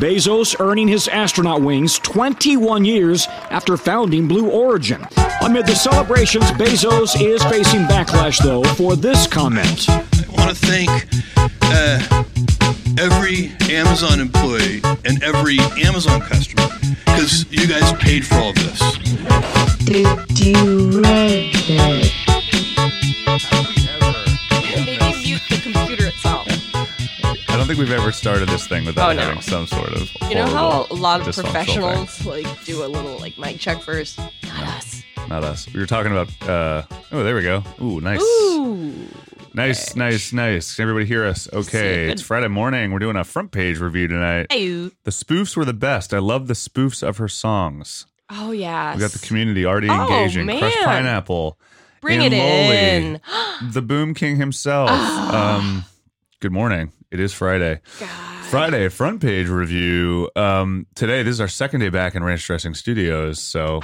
Bezos earning his astronaut wings 21 years after founding Blue Origin. Amid the celebrations, Bezos is facing backlash, though, for this comment. I want to thank uh, every Amazon employee and every Amazon customer because you guys paid for all this. Did you read it? Maybe mute the computer itself. I don't think we've ever started this thing without Oh, no. having some sort of. You know how a horrible lot of dysfunctional professionals like do a little like mic check first. Not us. thing? Not us. We were talking about. uh Oh, there we go. Ooh, nice, Ooh. nice, nice, nice. Can everybody hear us? Okay, good. it's Friday morning. We're doing a front page review tonight. Hey. The spoofs were the best. I love the spoofs of her songs. Oh yeah. We got the community already Oh, engaging. Crushed man. pineapple. Bring in it Loli. in. the Boom King himself. Ah. um, good morning. It is Friday. Friday front page review. Um, today, this is our second day back in Ranch Dressing Studios, so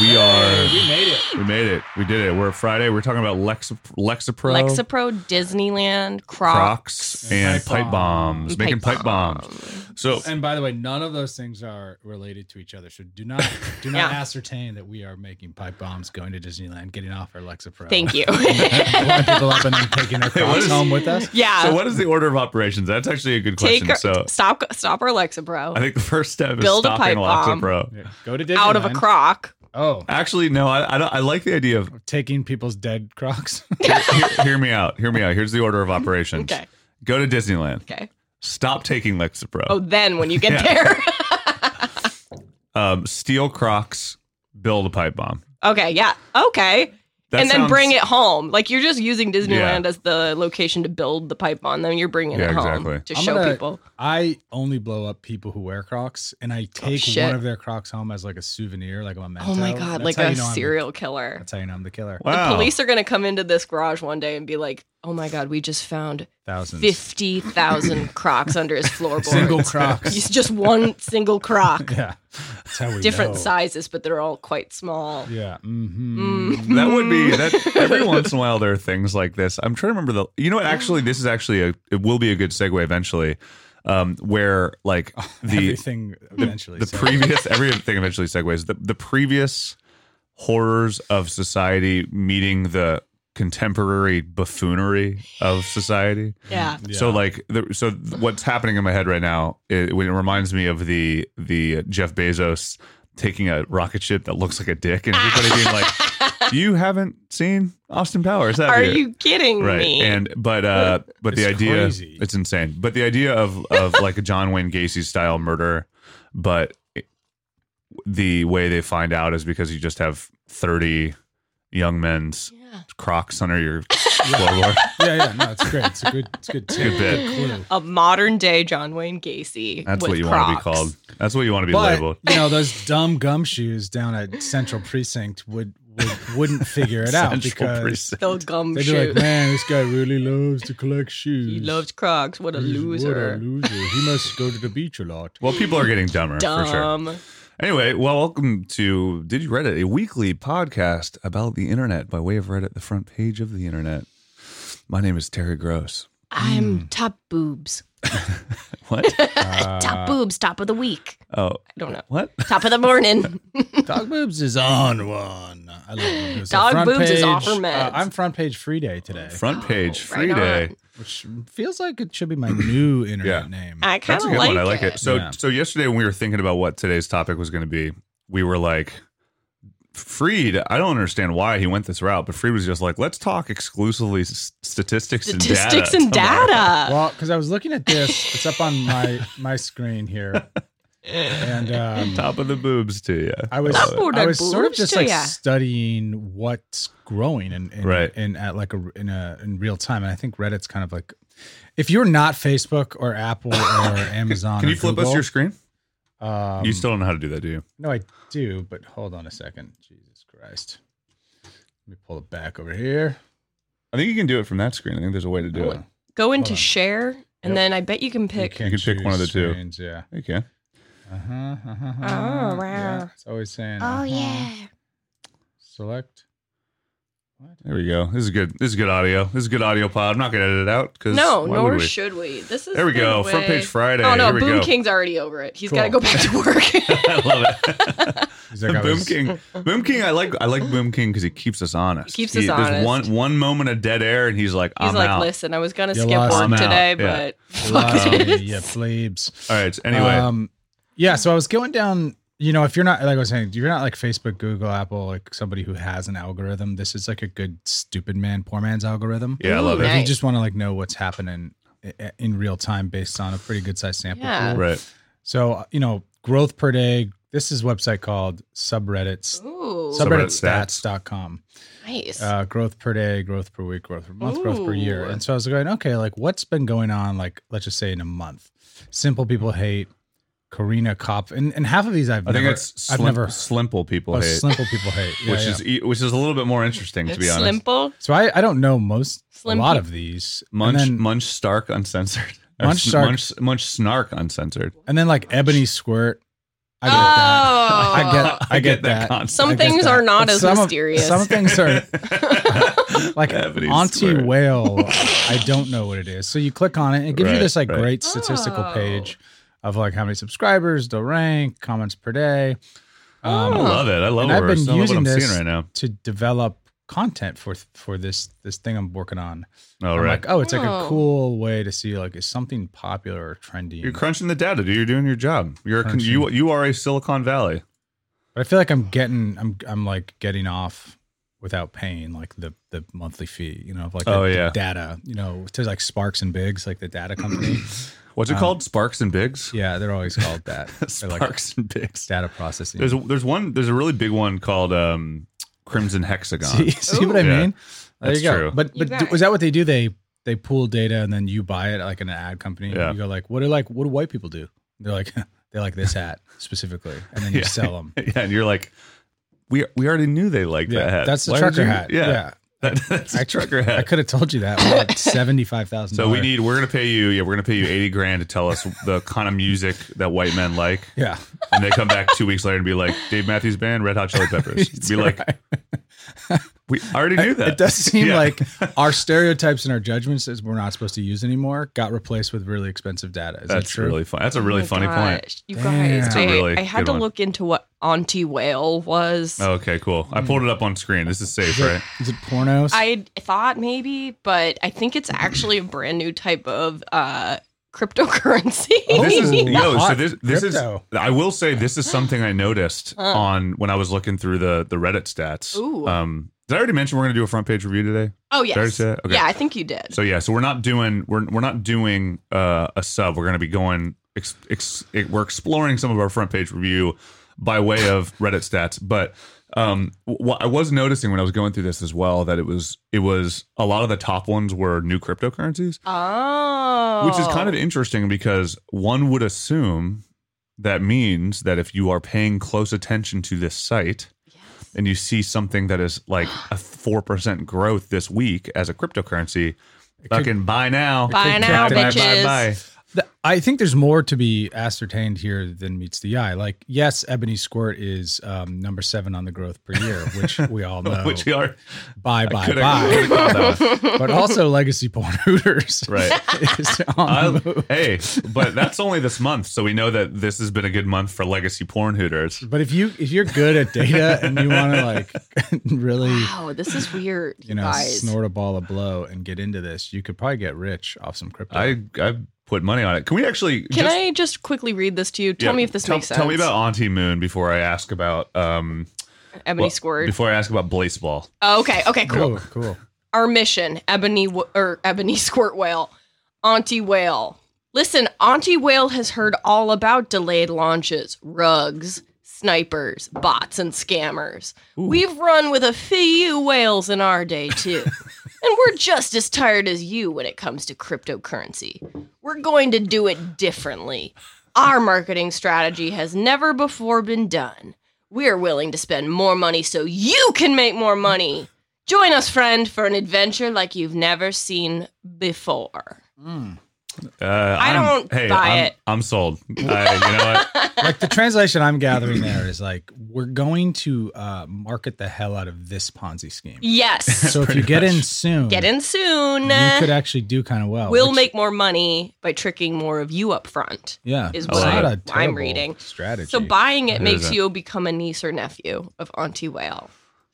we are. We made it. We made it. We did it. We're Friday. We're talking about Lexa, Lexapro, Lexapro, Disneyland, Crocs, Crocs, and pipe, Pipe bombs. and Making pipe bombs. So And by the way, none of those things are related to each other. So do not do not Yeah. ascertain that we are making pipe bombs, going to Disneyland, getting off our Lexapro. Thank you. Blowing people up and then taking their what crocs is- home with us. yeah. So what is the order of operations? That's actually a good Take question. her, so stop stop our Lexapro I think the first step is Build a stopping pipe bomb. Lexapro. Yeah, Go to Disneyland. out of a croc. Oh, Actually, no, I, I, don't, I like the idea of taking people's dead crocs. hear, hear me out. Hear me out. Here's the order of operations. Okay. Go to Disneyland. Okay. Stop taking Lexapro. Oh, then when you get Yeah. there. Um, steal Crocs. Build a pipe bomb. okay, yeah. Okay. That and then sounds- bring it home. Like you're just using Disneyland Yeah. as the location to build the pipe on. Then you're bringing Yeah, it home exactly. to I'm show gonna- people. Oh, I only blow up people who wear crocs, and I take shit. one of their crocs home as like a souvenir, like a memento. Oh my god, That's like how a you know I'm- serial killer. That's how you know I'm the killer. Wow. The police are gonna come into this garage one day and be like, "Oh my god, we just found Thousands. fifty thousand Crocs under his floorboard. Single crocs. It's just one single Croc, yeah. That's how we different know. sizes, but they're all quite small." Yeah. Mm. Mm-hmm. That would be that. Every once in a while, there are things like this. I'm trying to remember the. You know what? Actually, this is actually a. It will be a good segue eventually, um, where like Oh, the Everything eventually. the so- previous everything eventually segues the, the previous horrors of society meeting the contemporary buffoonery of society Yeah. so like the, so what's happening in my head right now it, it reminds me of the the jeff bezos taking a rocket ship that looks like a dick and everybody being like you haven't seen austin powers have Are you kidding right me? and but uh but the It's idea crazy. it's insane but the idea of of like a john wayne gacy style murder but it- the way they find out is because you just have 30 young men's crocs under your floorboard yeah, yeah, no, it's great. It's a good, it's a good, tip, Good bit. clue. a modern day John Wayne Gacy. that's with what you Crocs. want to be called that's what you want to be But labeled you know, those dumb gumshoes down at Central Precinct would, would wouldn't figure it out Central because Precinct. Still gum they'd be like, shoes. "Man, this guy really loves to collect shoes. He loves Crocs. What a He's- What loser. a loser! He must go to the beach a lot." well people are getting dumber for sure Hmm. Dumb. Anyway, well, welcome to Did You Reddit, a weekly podcast about the internet by way of Reddit, the front page of the internet. My name is Terry Gross. I'm top boobs. What? top Uh, boobs, top of the week. oh, I don't know. what? Top of the morning. Dog boobs is on one. I love it. It was a Dog front boobs is off page- for meds. Uh, I'm front page free day today, Front page, Oh, free right day. on. which feels like it should be my new internet Yeah. name. I kind That's a of good like, one. I like it. So, Yeah. so yesterday when we were thinking about what today's topic was going to be, we were like, Freed. I don't understand why he went this route, but Freed was just like, let's talk exclusively s- statistics, Statistics and and data. tomorrow." data. Well, because I was looking at this, it's up on my my screen here, and um, Top of the boobs to you. I was Top of I the was sort of boobs just to like ya. studying what's growing in, in Right. in at like a in a in real time, and I think Reddit's kind of like if you're not Facebook or Apple or Amazon, Can or you flip us Google, your screen? Um, you still don't know how to do that, do you? no, I do, but hold on a second. Jesus Christ, let me pull it back over here. I think you can do it from that screen. I think there's a way to do it. Go into Hold on. share, and Yep. then I bet you can pick. can pick one of the two. two. Yeah. Okay. Uh-huh, uh-huh, uh-huh. Oh, Yeah, wow. it's always saying. Oh uh-huh. yeah. Select. There we go. This is good. This is good audio. This is good audio pod. I'm not gonna edit it out because No, nor should we. This is There we the go. Way. Front page Friday. Oh no, Here we Boom go. King's already over it. He's got to Cool. go back to work. I love it. He's like, I Boom was- King. Boom King. I like. I like Boom King because he keeps us honest. He keeps He- us There's honest. one one moment of dead air, and he's like, "I'm He's like, out." listen, I was gonna You skip lost work me. today, I'm out. but Lost fuck me, it. you plebes. All right. so Anyway, Um, yeah. So I was going down. You know, if you're not like I was saying, you're not like Facebook, Google, Apple, like somebody who has an algorithm. This is like a good stupid man, poor man's algorithm. yeah, I love Ooh, it. If you Nice. just want to like know what's happening i- in real time based on a pretty good sized sample. Yeah. pool. Right. So uh, you know, growth per day. This is a website called subreddits. Ooh, Sub- subredditstats.com nice. uh, growth per day, growth per week, growth per month, growth per year. Ooh. And so I was going, okay, like what's been going on? Like let's just say in a month, simple people hate Karina Cop, and, and half of these I've I think never, it's I've slim, never, slimple people oh, hate, simple people hate, Yeah, which yeah. is e- which is a little bit more interesting to be honest. Slimple. so I, I don't know most Slim a lot pe- of these. Munch and then, Munch Stark uncensored. Or Munch sn- Stark- Munch, Munch Snark uncensored. and then like Ebony Squirt. I get that. Oh, I get I get that. concept. I some get things that. are not But as some of- mysterious. some things are like Ebony Auntie Square. Whale. I don't know what it is. So you click on it, and it gives Right, you this like right. great statistical Oh. page of like how many subscribers, the rank, comments per day. Um, I love it. I love, And where I've we're- been I love what using I'm this seeing right now. to develop content for for this this thing I'm working on. All I'm right. like, oh, it's like a Oh. cool way to see like is something popular or trendy. You're crunching the data, dude. You're doing your job. You're a con- Crunching. you you are a Silicon Valley. but I feel like I'm getting I'm I'm like getting off without paying like the the monthly fee, you know, of like Oh, the, the yeah. data, you know, to like Sparks and Biggs, like the data company. What's it called? Sparks and Bigs. Yeah, they're always called that. They're like Sparks and Bigs. data processing. Uh, There's a, there's one there's a really big one called um, Crimson Hexagon. see, see what I Ooh. Yeah. mean? There That's you go. true. But You but got do, was that what they do? They they pool data and then you buy it like in an ad company. Yeah. You go like, what are like what do white people do? They're like they like this hat specifically, and then you Yeah. sell them. yeah, and you're like, we we already knew they liked Yeah, that hat. that's the Why did trucker you-" hat. Yeah, yeah. That, that's the I- trucker hat. I could have told you that. Seventy five thousand. So we need. We're gonna pay you. Yeah, we're gonna pay you eighty grand to tell us the kind of music that white men like, Yeah, and they come back two weeks later and be like, Dave Matthews Band, Red Hot Chili Peppers. be like, we already knew that. it does seem Yeah. like our stereotypes and our judgments that we're not supposed to use anymore got replaced with really expensive data. Is that's that true? really fun. That's a really Oh my funny point. gosh, You Damn. guys, That's a I, really I good had to one. look into what Auntie Whale was. Okay, cool. I pulled it up on screen. This is safe, right? Is it pornos? I thought maybe, but I think it's actually a brand new type of uh, cryptocurrency. Oh, This is Ooh. yo. So Hot this this is. crypto. I will say this is something I noticed on when I was looking through the the Reddit stats. Ooh. Um, did I already mention we're gonna do a front page review today? oh yes, Did I say that? Okay. yeah, I think you did. So yeah, so we're not doing we're we're not doing uh, a sub. We're going to be going ex, ex, it- we're exploring some of our front page review by way of Reddit stats. But um, what I was noticing when I was going through this as well that it was it was a lot of the top ones were new cryptocurrencies, oh, which is kind of interesting because one would assume that means that if you are paying close attention to this site and you see something that is like a 4% growth this week as a cryptocurrency, fucking buy now. Buy now, bitches. The- I think there's more to be ascertained here than meets the eye. Like, yes, Ebony Squirt is um, number seven on the growth per year, which we all know. Which we are. bye, I bye, could've- could've bye. called that one. but also, legacy porn hooters. Right. is on the move. I- hey, but that's only this month. So we know that this has been a good month for legacy porn hooters. But if you if you're good at data and you want to like really wow, this is weird, you know guys. snort a ball of blow and get into this, you could probably get rich off some crypto. I, I put money on it. Can we actually. Can just- I just quickly read this to you? Tell Yeah, me if this tell, makes sense. Tell me about Auntie Moon before I ask about um Ebony well, Squirt. before I ask about Blazeball. Oh, okay, okay, cool. Oh, cool. our mission, Ebony Wh- or Ebony Squirt Whale, Auntie Whale. Listen, Auntie Whale has heard all about delayed launches, rugs, snipers, bots, and scammers. We've run with a few whales in our day too. and we're just as tired as you when it comes to cryptocurrency. We're going to do it differently. Our marketing strategy has never before been done. We're willing to spend more money so you can make more money. Join us, friend, for an adventure like you've never seen before. Uh, I don't hey, buy I'm, it. I'm sold. I, you know what? like the translation I'm gathering there is like we're going to uh, market the hell out of this Ponzi scheme. Yes. So if you Pretty get in much. soon, Get in soon. you could actually do kind of well. we'll which- make more money by tricking more of you up front. yeah. is it's what not I- a I'm terrible reading. strategy. So buying it That makes isn't- you become a niece or nephew of Auntie Whale.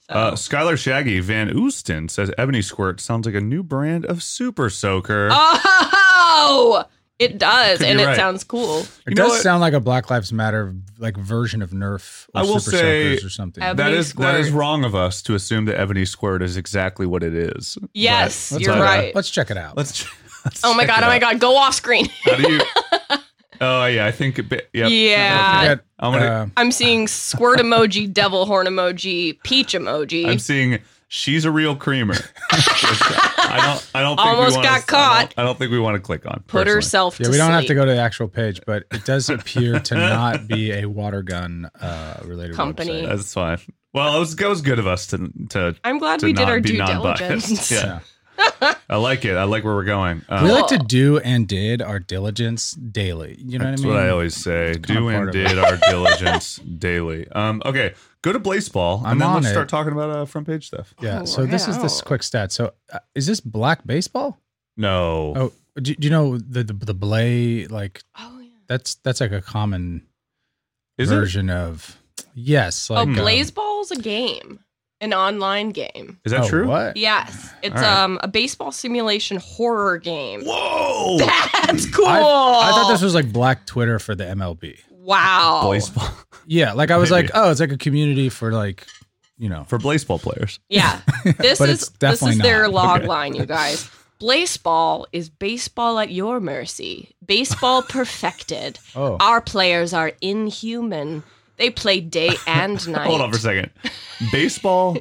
So Uh, Skylar Shaggy Van Oosten says Ebony Squirt sounds like a new brand of super soaker. Oh, it does, Could and be it right. sounds cool. it you know does what? sound like a Black Lives Matter like version of Nerf. Or I will Super say- Soakers or something. Ab- that Ebony is that is Squirt. wrong of us to assume that Ebony Squirt is exactly what it is. Yes, But- you're but, uh, right. Let's check it out. Let's. ch- let's Oh my check god! it Oh my out. god! Go off screen. How do you? Oh yeah, I think. It, yep. Yeah. Okay. Get, I'm gonna. uh, I'm seeing squirt emoji, devil horn emoji, peach emoji. I'm seeing she's a real creamer. I don't. I don't. Think Almost we wanna, got I don't- caught. I don't, think we want to click on. Put personally. herself. yeah, to we don't have sleep. to go to the actual page, but it does appear to not be a water gun uh, related Company. website. That's fine. Well, it was, it was good of us to to. I'm glad to we did not our be due non-biased. diligence. Yeah. I like it. I like where we're going. Um, We like to do and did our diligence daily. You know That's what what I mean? I always say. kinda Do and part of did our diligence daily. Um, okay, go to Blazeball, I'm and then on let's it. start talking about uh, front page stuff. Yeah. Oh, so this is this wow. quick stat. So uh, is this black baseball? No, Oh, do, do you know the the, the blay like Oh, yeah. that's that's like a common is it? version of yes. Oh, Like, um, Blazeball's a game, an online game. Is that oh, true? What? Yes, it's All right. um a baseball simulation horror game. Whoa! That's cool. I, I thought this was like black Twitter for the MLB. wow. Blazeball Yeah, like I was Maybe. like, oh, it's like a community for like, you know, for Blazeball players. Yeah. This But is it's this definitely is their not. log Okay. line, you guys. Baseball is baseball at your mercy. Baseball perfected. Oh. Our players are inhuman. They play day and night. Hold on for a second. Baseball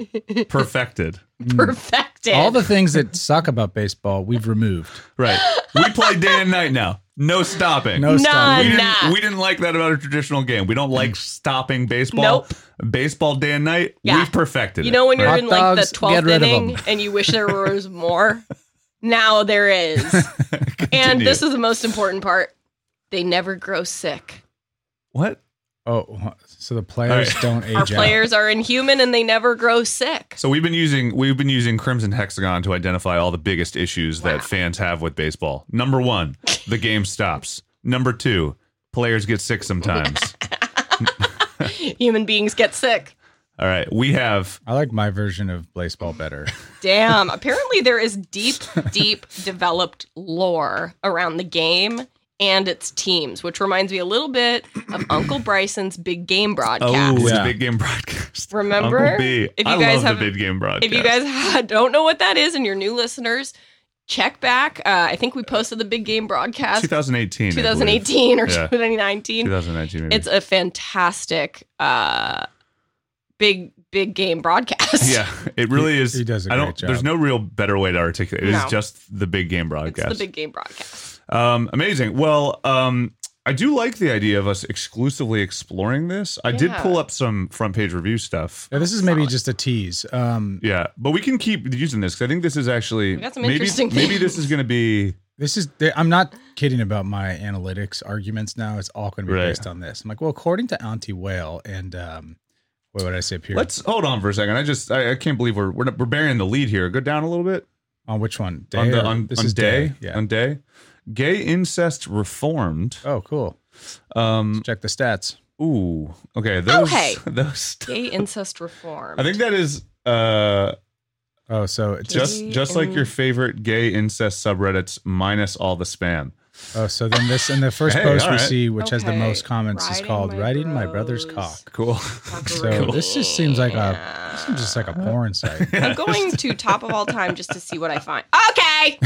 perfected. Perfected. all the things that suck about baseball we've removed. Right. We play day and night now. No stopping. No, None. stuff. We didn't, Nah. Mm. we didn't like that about a traditional game. We don't like stopping baseball. Nope. Baseball day and night. Yeah. We've perfected you it. know when you're Hot in like the dogs, get 12th rid of inning 'em. and you wish there was more? Now there is. and Continue. this is the most important part. They never grow sick. what? Oh, so the players right. don't age Our out. players are inhuman and they never grow sick. So we've been using we've been using Crimson Hexagon to identify all the biggest issues that fans have with baseball. Number one, the game stops. Number two, players get sick sometimes. Human beings get sick. all right, we have I like my version of baseball better. Damn. Apparently, there is deep, deep developed lore around the game and its teams, which reminds me a little bit of Uncle Bryson's big game oh, broadcast. it's a Yeah. big game broadcast. Remember? Uncle B. If you I guys love have- the big game broadcast. if you guys don't know what that is and you're new listeners, check back. Uh, I think we posted the big game broadcast 2018, I believe. 2018 or Yeah. 2019. 2019. Maybe. It's a fantastic uh, big, big game broadcast. yeah, it really is. he does a I great don't. job. There's no real better way to articulate. it. It is No. just the big game It's broadcast. the big game broadcast. Um, amazing. Well, um, I do like the idea of us exclusively exploring this. I did Yeah. pull up some front page review stuff. Yeah, this is maybe just a tease. Um, Yeah, but we can keep using this because I think this is actually We got some maybe interesting maybe things. this is going to be this is I'm not kidding about my analytics arguments now. It's all going to be Right. based on this. I'm like, well, according to Auntie Whale and um, what would I say up here? Let's hold on for a second. I just I, I can't believe we're, we're we're burying the lead here. Go down a little bit on which one? Day on the or- on, this on is day, Yeah. on day. Gay incest reformed. oh, cool. Um. Check the stats. Ooh. Okay. Those. Oh, hey. Those. Gay incest reform. I think that is. Uh. Oh, so it's just Gay just like in- your favorite gay incest subreddits minus all the spam Oh, so then this and the first Hey, post all we right. see, which has the Okay. most comments, is Riding called my "Riding My Brother's Bros." Cock." cool So this just seems like a this seems just like a porn site. I'm going to top of all time just to see what I find. Okay.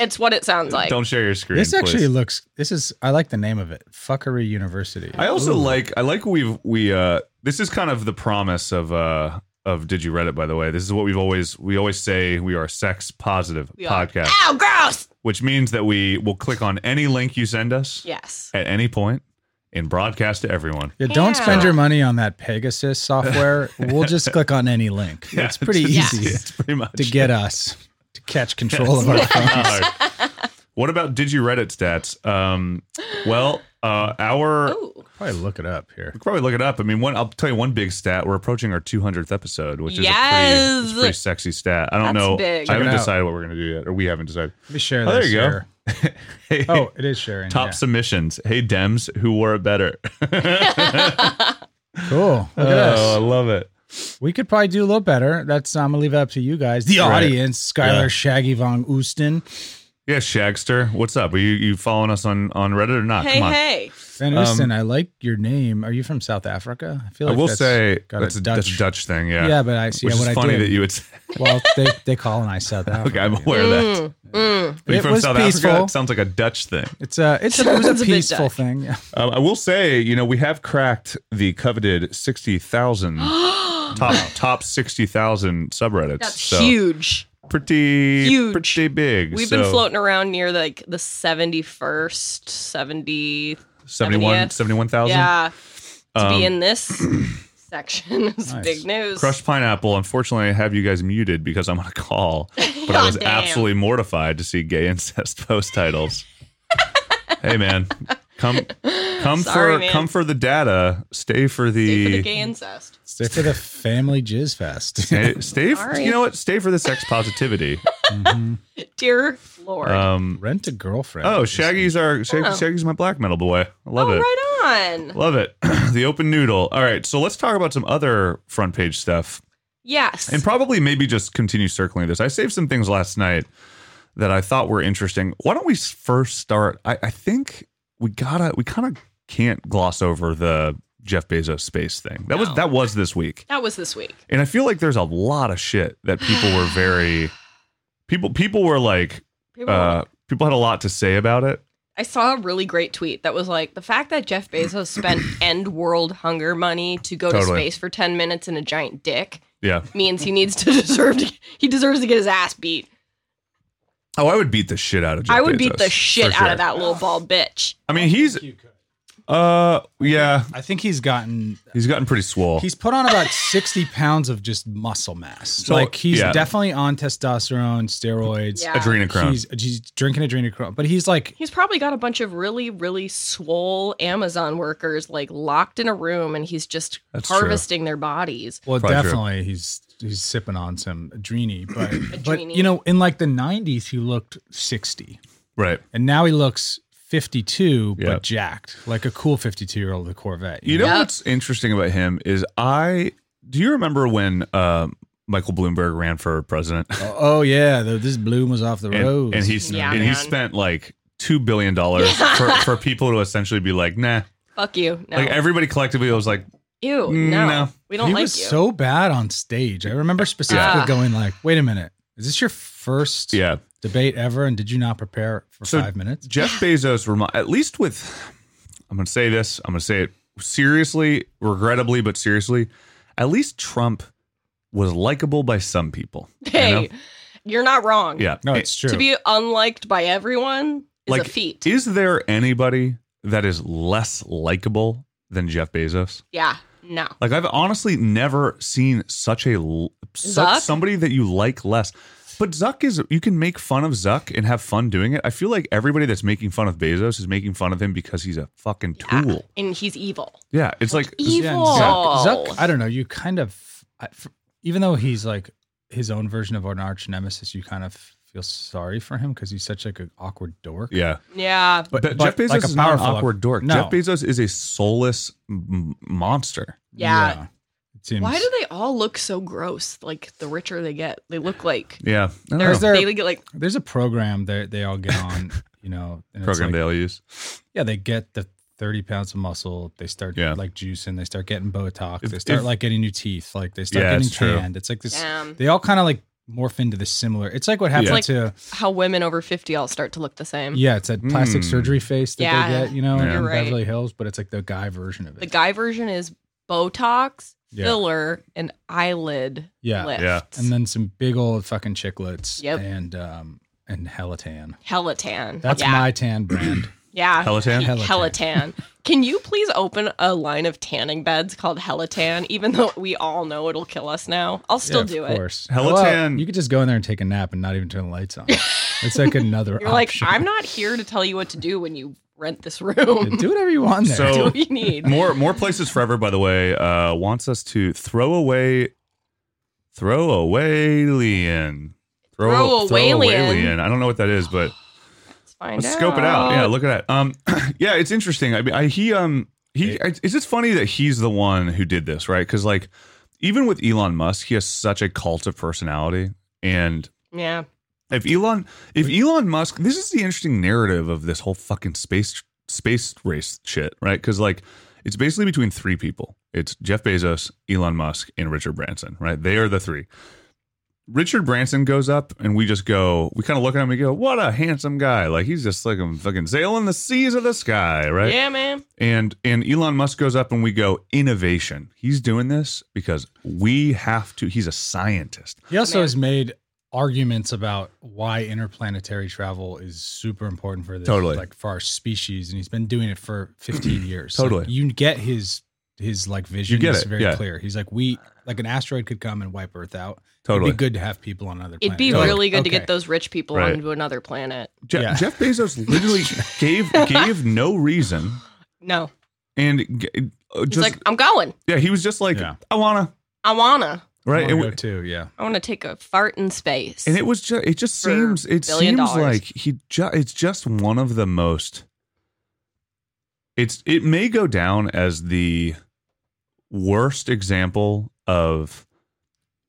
it's what it sounds like. don't share your screen this actually please. looks. This is I like the name of it, Fuckery University. i also Ooh. like i like we've we uh this is kind of the promise of uh of did you reddit by the way this is what we've always we always say we are a sex positive We are- Ah! podcast Ow, Oh, gross. which means that we will click on any link you send us Yes. at any point and broadcast to everyone Yeah, don't Yeah. spend your money on that Pegasus software. we'll just click on any link. it's pretty Yeah. easy it's pretty much to get us to catch control of our phone. All right. What about did you Reddit stats? Um, well, uh, our Ooh, Probably look it up here. we could probably look it up. I mean, one I'll tell you one big stat. We're approaching our 200th episode, which is a pretty, it's a Yes. pretty sexy stat. I don't That's know. big. I Check it haven't out. decided what we're gonna do yet, or we haven't decided. Let me share Oh, there this. you go. here. Oh, it is sharing. Top yeah. submissions. Hey Dems, who wore it better? Cool. Look oh, at I us. love it. We could probably do a little better. That's I'm gonna leave it up to you guys, the Right. audience. Skylar Yeah. Shaggy von Oosten. Yeah, Shagster, what's up? Are you you following us on on Reddit or not? hey, Come on. hey. Van Um, Oosten, I like your name. Are you from South Africa? I feel I will say got that's a, that's a Dutch thing. Yeah. Yeah. but I see Which yeah, is what I funny did. that you would say. well, they, they colonized South Africa. Okay, I'm aware of that. Mm, But It you're from was South Africa, peaceful. it sounds like a Dutch thing. It's a it's a, it was It's a a bit peaceful Dutch. thing. Yeah. Um, I will say, you know, we have cracked the coveted sixty thousand top top sixty thousand subreddits. That's so huge. pretty Huge. pretty big. We've So, been floating around near like the 71st, 70. 71 70th. 71,000. E Yeah. To Um, be in this section is big news. Crushed pineapple. Unfortunately, I have you guys muted because I'm on a call, but I was Goddamn. absolutely mortified to see gay incest post titles. hey man, come come Sorry, for man. come for the data, stay for Stay the for the gay incest. Stay for the family jizz fest. Hey, stay for, Sorry. you know what? Stay for the sex positivity. Dear Lord. Um, Rent a girlfriend. oh, Shaggy's our Shaggy, Oh. Shaggy's my black metal boy. I love oh, it. right on. Love it. the open noodle. All right, so let's talk about some other front page stuff, Yes. and probably maybe just continue circling this. I saved some things last night that I thought were interesting. Why don't we s- first start? I, I think we gotta. We kind of can't gloss over the Jeff Bezos space thing. That was No. that was this week. that was this week. And I feel like there's a lot of shit that people were very people people were like People uh people had a lot to say about it. I saw a really great tweet that was like the fact that Jeff Bezos spent end world hunger money to go to Totally. space for 10 minutes in a giant dick Yeah. means he needs to deserve to, he deserves to get his ass beat. Oh, I would beat the shit out of Jeff I would beat Bezos, the shit for out sure. of that little bald bitch. I mean, he's uh yeah, I think he's gotten he's gotten pretty swole. he's put on about sixty pounds of just muscle mass. So, like he's yeah. definitely on testosterone, steroids. Yeah. Adrenochrome. He's, he's drinking adrenochrome, but he's like He's probably got a bunch of really, really swole Amazon workers like locked in a room and he's just That's true. harvesting their bodies. Well, Probably true. definitely he's he's sipping on some Adrini, but but Adrini. you know, in like the '90s, he looked 60, right. and now he looks 52, Yeah. but jacked, like a cool 52 year old with a Corvette. You know Yep. what's interesting about him is I do you remember when uh, Michael Bloomberg ran for president? know? Oh yeah, the, this bloom was off the and, road. and he's Yeah, and he man. spent like 2 billion dollars for, for people to essentially be like, "Nah." Fuck you. No. Like everybody collectively was like, Ew. Mm, No. no. We don't he like you. was so bad on stage. I remember specifically Yeah. going like, "Wait a minute, is this your first "Yeah, debate ever? And did you not prepare for So- five minutes?" Jeff Bezos, remi- at least with, I'm going to say this, I'm going to say it seriously, regrettably, but seriously, at least Trump was likable by some people. you hey, know? you're not wrong. yeah. No, it's true. To be unliked by everyone is like, a feat. Is there anybody that is less likable than Jeff Bezos? yeah. No. Like, I've honestly never seen such a l- such Zuck? somebody that you like less. But Zuck is you can make fun of Zuck and have fun doing it. I feel like everybody that's making fun of Bezos is making fun of him because he's a fucking Yeah. tool. And he's evil. Yeah, it's like Yeah, Evil. and Zuck, Zuck, I don't know. You kind of, I- f- even though he's like his own version of an arch nemesis, you kind of feel sorry for him because he's such like an awkward dork. yeah. yeah. But, But- Jeff but Bezos like a is not an powerful- awkward dork. No. Jeff Bezos is a soulless m- monster. Yeah. It seems. Why do they all look so gross? Like the richer they get, they look like Yeah, I don't they're, know. there- they get like There's a program that they all get on. You know, and it's program like, they'll use. yeah, they get the 30 pounds of muscle. They start Yeah. like juicing. They start getting Botox. If- they start if- like getting new teeth. Like they start Yeah, getting it's true. tanned. It's like this. damn. They all kind of like morph into this similar. It's like what happened It's to How women over fifty all start to look the same. yeah, it's that plastic Mm. surgery face that Yeah. they get. You know, Yeah. in You're right. Beverly Hills, but it's like the guy version of it. The guy version is Botox, Yeah. filler, and eyelid Yeah. lift. Yeah. And then some big old fucking chicklets. Yep. And um and hella tan. Helatan. That's yeah. my tan brand. Yeah. Peloton? Hella- Helatan. Can you please open a line of tanning beds called Helatan, even though we all know it'll kill us now? I'll still do of it. course. Hello, Well, Tan. you could just go in there and take a nap and not even turn the lights on. It's like another. You're like, option. I'm not here to tell you what to do when you rent this Yeah, room. Do whatever you want there. So- do what you need. More more places forever. By the way, uh, wants us to throw away, throw away alien, Throw away-lian. away-lian. I don't know what that is, but Let's find let's scope it out. Yeah, look at that. Um, yeah, it's interesting. I mean, I, he um he Hey. it's it's just funny that he's the one who did this, right? Because like even with Elon Musk, he has such a cult of personality and Yeah. if Elon if Elon Musk this is the interesting narrative of this whole fucking space space race shit, right? Cuz like it's basically between three people. It's Jeff Bezos, Elon Musk, and Richard Branson, right? They are the three. Richard Branson goes up and we just go, we kind of look at him and go, what a handsome guy. Like he's just like a fucking sailing the seas of the sky, right? Yeah, man. And and Elon Musk goes up and we go, innovation. He's doing this because we have to, he's a scientist. He also Man. has made arguments about why interplanetary travel is super important for this, Totally. like for our species, and he's been doing it for 15 years. Totally. Like, you get his his like vision. You get is it, very yeah. clear. He's like, we like an asteroid could come and wipe Earth out. Totally. It'd be good to have people on other. It'd be planets. really good to Okay. get those rich people Right. onto another planet. Je- Yeah. Jeff Bezos literally gave gave no reason No. and g- uh, He's just like, I'm going. yeah, he was just like Yeah. I wanna I wanna. right, Wanna and, go w- too. Yeah. I wanna take a fart in space. and it was just it just For seems it billion seems dollars. like he ju- it's just one of the most it's it may go down as the worst example of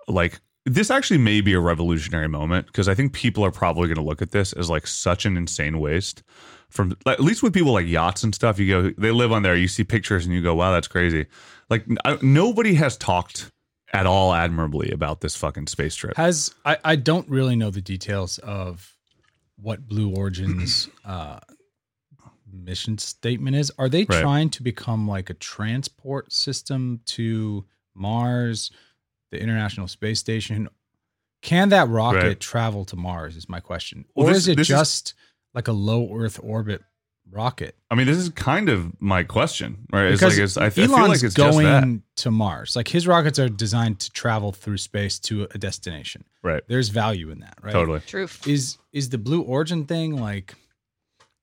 like this actually may be a revolutionary moment because I think people are probably going to look at this as like such an insane waste. From at least with people like yachts and stuff, you go they live on there. You see pictures and you go, wow, that's crazy. Like I, nobody has talked at all admirably about this fucking space trip. Has I, I don't really know the details of what Blue Origin's uh, mission statement is. Are they Right. trying to become like a transport system to Mars, the International Space Station? Can that rocket Right. travel to Mars? Is my question, Well, or this- is it this is- just like a low Earth orbit rocket? I mean, this is kind of my question, right? It's like it's, I, th- I feel Elon's like it's just going that, to Mars. Like his rockets are designed to travel through space to a destination. right? There's value in that, right? Totally. Truth. is is the blue origin thing like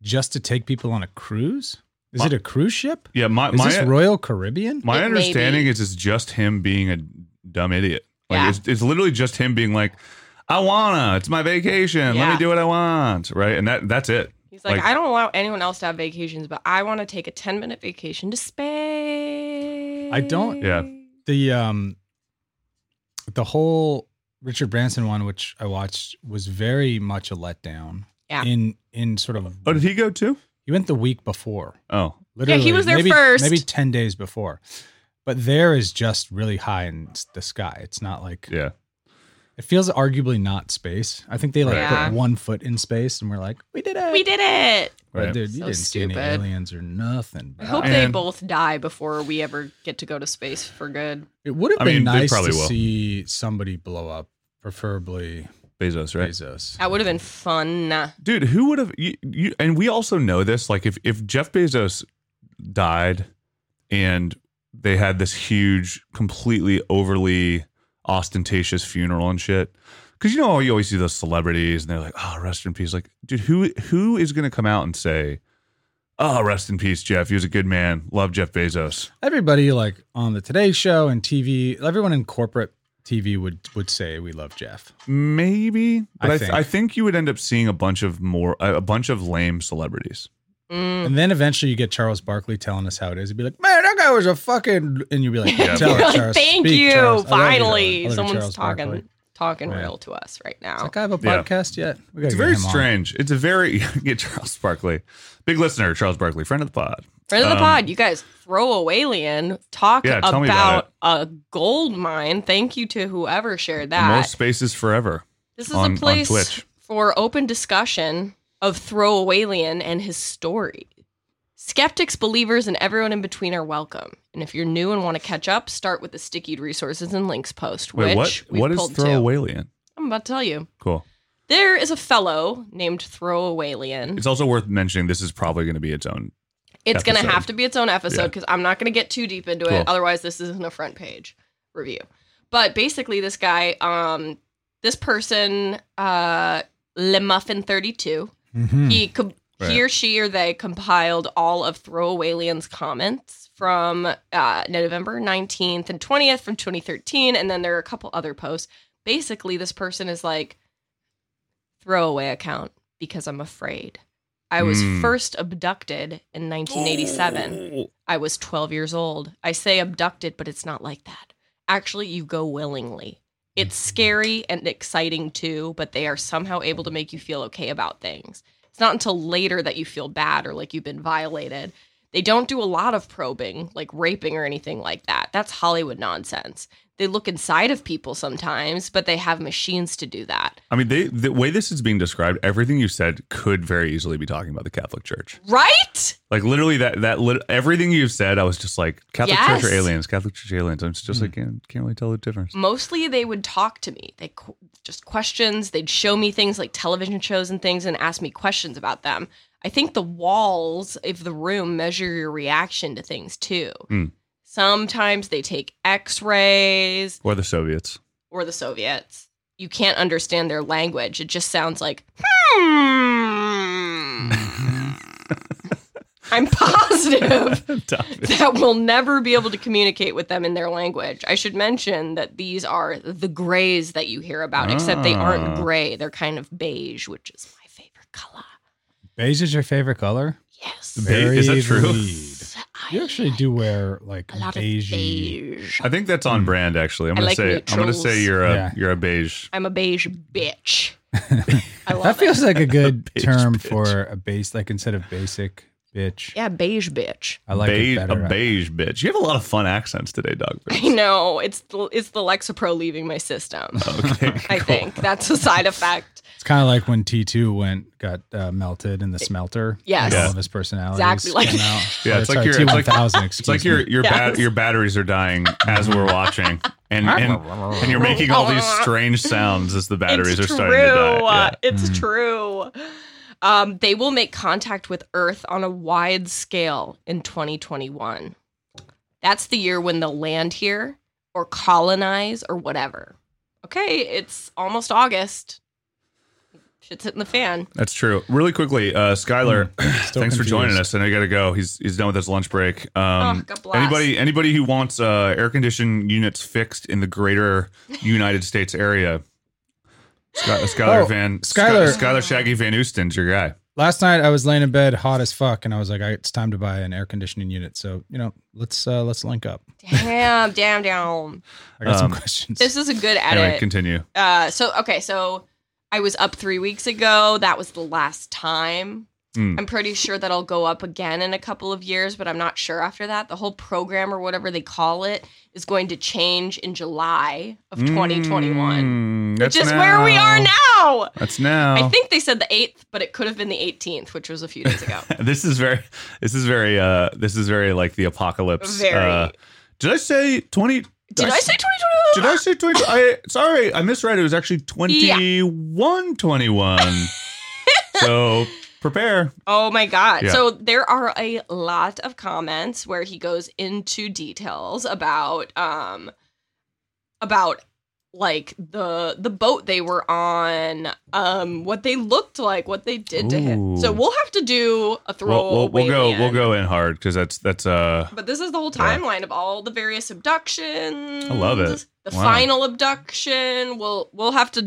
just to take people on a cruise is it a cruise ship Yeah, my is my this royal caribbean my It may understanding be. is it's just him being a dumb idiot. Like Yeah. it's, it's literally just him being like, "I wanna, it's my vacation. Let me Yeah. do what I want," right? And that that's it. He's like, Like- I don't allow anyone else to have vacations, but I want to take a 10 minute vacation to space. I don't- Yeah. the um the whole richard branson one which i watched was very much a letdown Yeah. in in sort of Oh, did he go too? he went the week before Oh, literally was there maybe, first. maybe 10 days before but there is just really high in s- the sky it's not like yeah. it feels arguably not space i think they like Right. Yeah. put one foot in space and we're like we did it We did it. But Right. dude, you So didn't see any stupid. aliens or nothing. I bro. hope they And- both die before we ever get to go to space for good. it would have I been mean, they nice to probably will. see somebody blow up, preferably Bezos, right? Bezos. That would have been fun. Dude, who would have you, you? And we also know this. Like, if if Jeff Bezos died, and they had this huge, completely overly ostentatious funeral and shit. Because you know, you always see those celebrities, and they're like, "Oh, rest in peace." Like, dude, who who is going to come out and say, "Oh, rest in peace, Jeff. He was a good man. Love Jeff Bezos." Everybody like on the Today Show and TV, everyone in corporate TV would would say we love Jeff. Maybe, but I I, th- think. I think you would end up seeing a bunch of more, a a bunch of lame celebrities. Mm. And then eventually you get Charles Barkley telling us how it is. He'd be like, "Man, that guy was a fucking," and you'd be like, Yeah. "Tell You're it, like, Charles, Thank speak, you. Charles. I love Finally, I love you, someone's Charles talking Barkley." talking Yeah. real to us right Does now. that guy have a Yeah. podcast yet? We gotta It's get very him on. strange. It's a very get Charles Barkley, big listener, Charles Barkley, friend of the pod. Friend of the Um, pod, you guys throw a alien, talk Yeah, tell about, me about a gold mine. Thank you to whoever shared The that. most spaces forever. this is on- a on place Twitch. for open discussion of throw alien and his story. Skeptics, believers, and everyone in between are welcome. And if you're new and want to catch up, start with the stickied resources and links post, Wait, which what? we What is pulled throw to. Mm-hmm. away alien? I'm about to tell you. Cool. There is a fellow named Throwawalian. It's also worth mentioning this is probably going to be its own. It's going to episode. have to be its own episode Yeah. because I'm not going to get too deep into Cool. it. Otherwise, this isn't a front page review. But basically, this guy, um, this person, uh, LeMuffin32, Mhm. he com- Mm-hmm. Right. he or she or they compiled all of Throwawalian's comments from uh, November 19th and 20th from 2013, and then there are a couple other posts. Basically, this person is like throwaway account because I'm afraid. I was Mm. first abducted in 1987. I was 12 years old. I say abducted, but it's not like that. Actually, you go willingly. It's scary and exciting too, but they are somehow able to make you feel okay about things. It's not until later that you feel bad or like you've been violated. They don't do a lot of probing, like raping or anything like that. That's Hollywood nonsense. They look inside of people sometimes, but they have machines to do that. I mean, they, the way this is being described, everything you said could very easily be talking about the Catholic Church. Right? Like literally that that lit- everything you've said, I was just like Catholic Yes. Church or aliens, Catholic Church aliens. I'm just Mm. like can't, can't really tell the difference. mostly they would talk to me. They qu- just questions. They'd show me things like television shows and things and ask me questions about them. I think the walls of the room measure your reaction to things too. Hmm. Sometimes they take x rays Or the Soviets. or the Soviets. You can't understand their language. It just sounds like, hmm. I'm positive that we'll never be able to communicate with them in their language. I should mention that these are the grays that you hear about, except they aren't Ah. gray. They're kind of beige, which is my favorite color. Beige is your favorite color. Yes. Beige- is that Very true? lead. I You actually do wear like like a lot of beigey. beige. I think that's on brand actually. I'm I gonna like say I'm gonna neutrals. say you're a Mm. Yeah. you're a beige. I'm a beige bitch. I love That feels it. like a good Beige term bitch. for a base, like instead of basic bitch. Yeah, beige bitch. I like beige, it a better. beige bitch. You have a lot of fun accents today, dog. I know it's the, it's the Lexapro leaving my system. Okay, I cool. think that's a side effect. It's kind of like when T two went got uh, melted in the smelter. Yes. and Yeah. all of his personalities Exactly like- came out. Yeah, Or it's like sorry, your- it's like- T1000, It's like your your Yes. bat- your batteries are dying as we're watching, and and, and you're making all these strange sounds as the batteries it's are true. Uh, starting to die. Mm-hmm. It's true. Um, they will make contact with Earth on a wide scale in 2021. That's the year when they'll land here or colonize or whatever. Okay, it's almost August. Shit's hitting the fan. That's true. Really quickly, uh, Skylar, thanks Still for joining Hmm. confused. us. I know you got to go. He's he's done with his lunch break. Um, Ah, Oh, God bless. anybody anybody who wants uh, air conditioned units fixed in the greater United States area, Sky, Skylar Oh, Van Skylar. Sky- Skylar Shaggy Van Oosten's your guy. Last night I was laying in bed hot as fuck, and I was like, I, "It's time to buy an air conditioning unit." So you know, let's uh, let's link up. Damn, damn, damn. I got some Um, questions. This is a good edit. Anyway, continue. Uh, so okay, so I was up three weeks ago. That was the last time. Mm. I'm pretty sure that I'll go up again in a couple of years, but I'm not sure after that. The whole program or whatever they call it is going to change in July of Hmm. 2021, Mm, which that's is where we are now. That's now. I think they said the 8th, but it could have been the 18th, which was a few days ago. this is very this is very uh this is very like the apocalypse Very. uh did i say 20 Did I say 2021? did i say 20 i sorry i misread it was actually 21 21 so prepare Oh my god. Yeah. So there are a lot of comments where he goes into details about um about like the the boat they were on, um what they looked like, what they did to him. Ooh. So we'll have to do a we'll, throw we'll, we'll go we'll go in hard because that's that's uh But this is the whole Yeah. timeline of all the various abductions. I love it. The Wow. final abduction. We'll we'll have to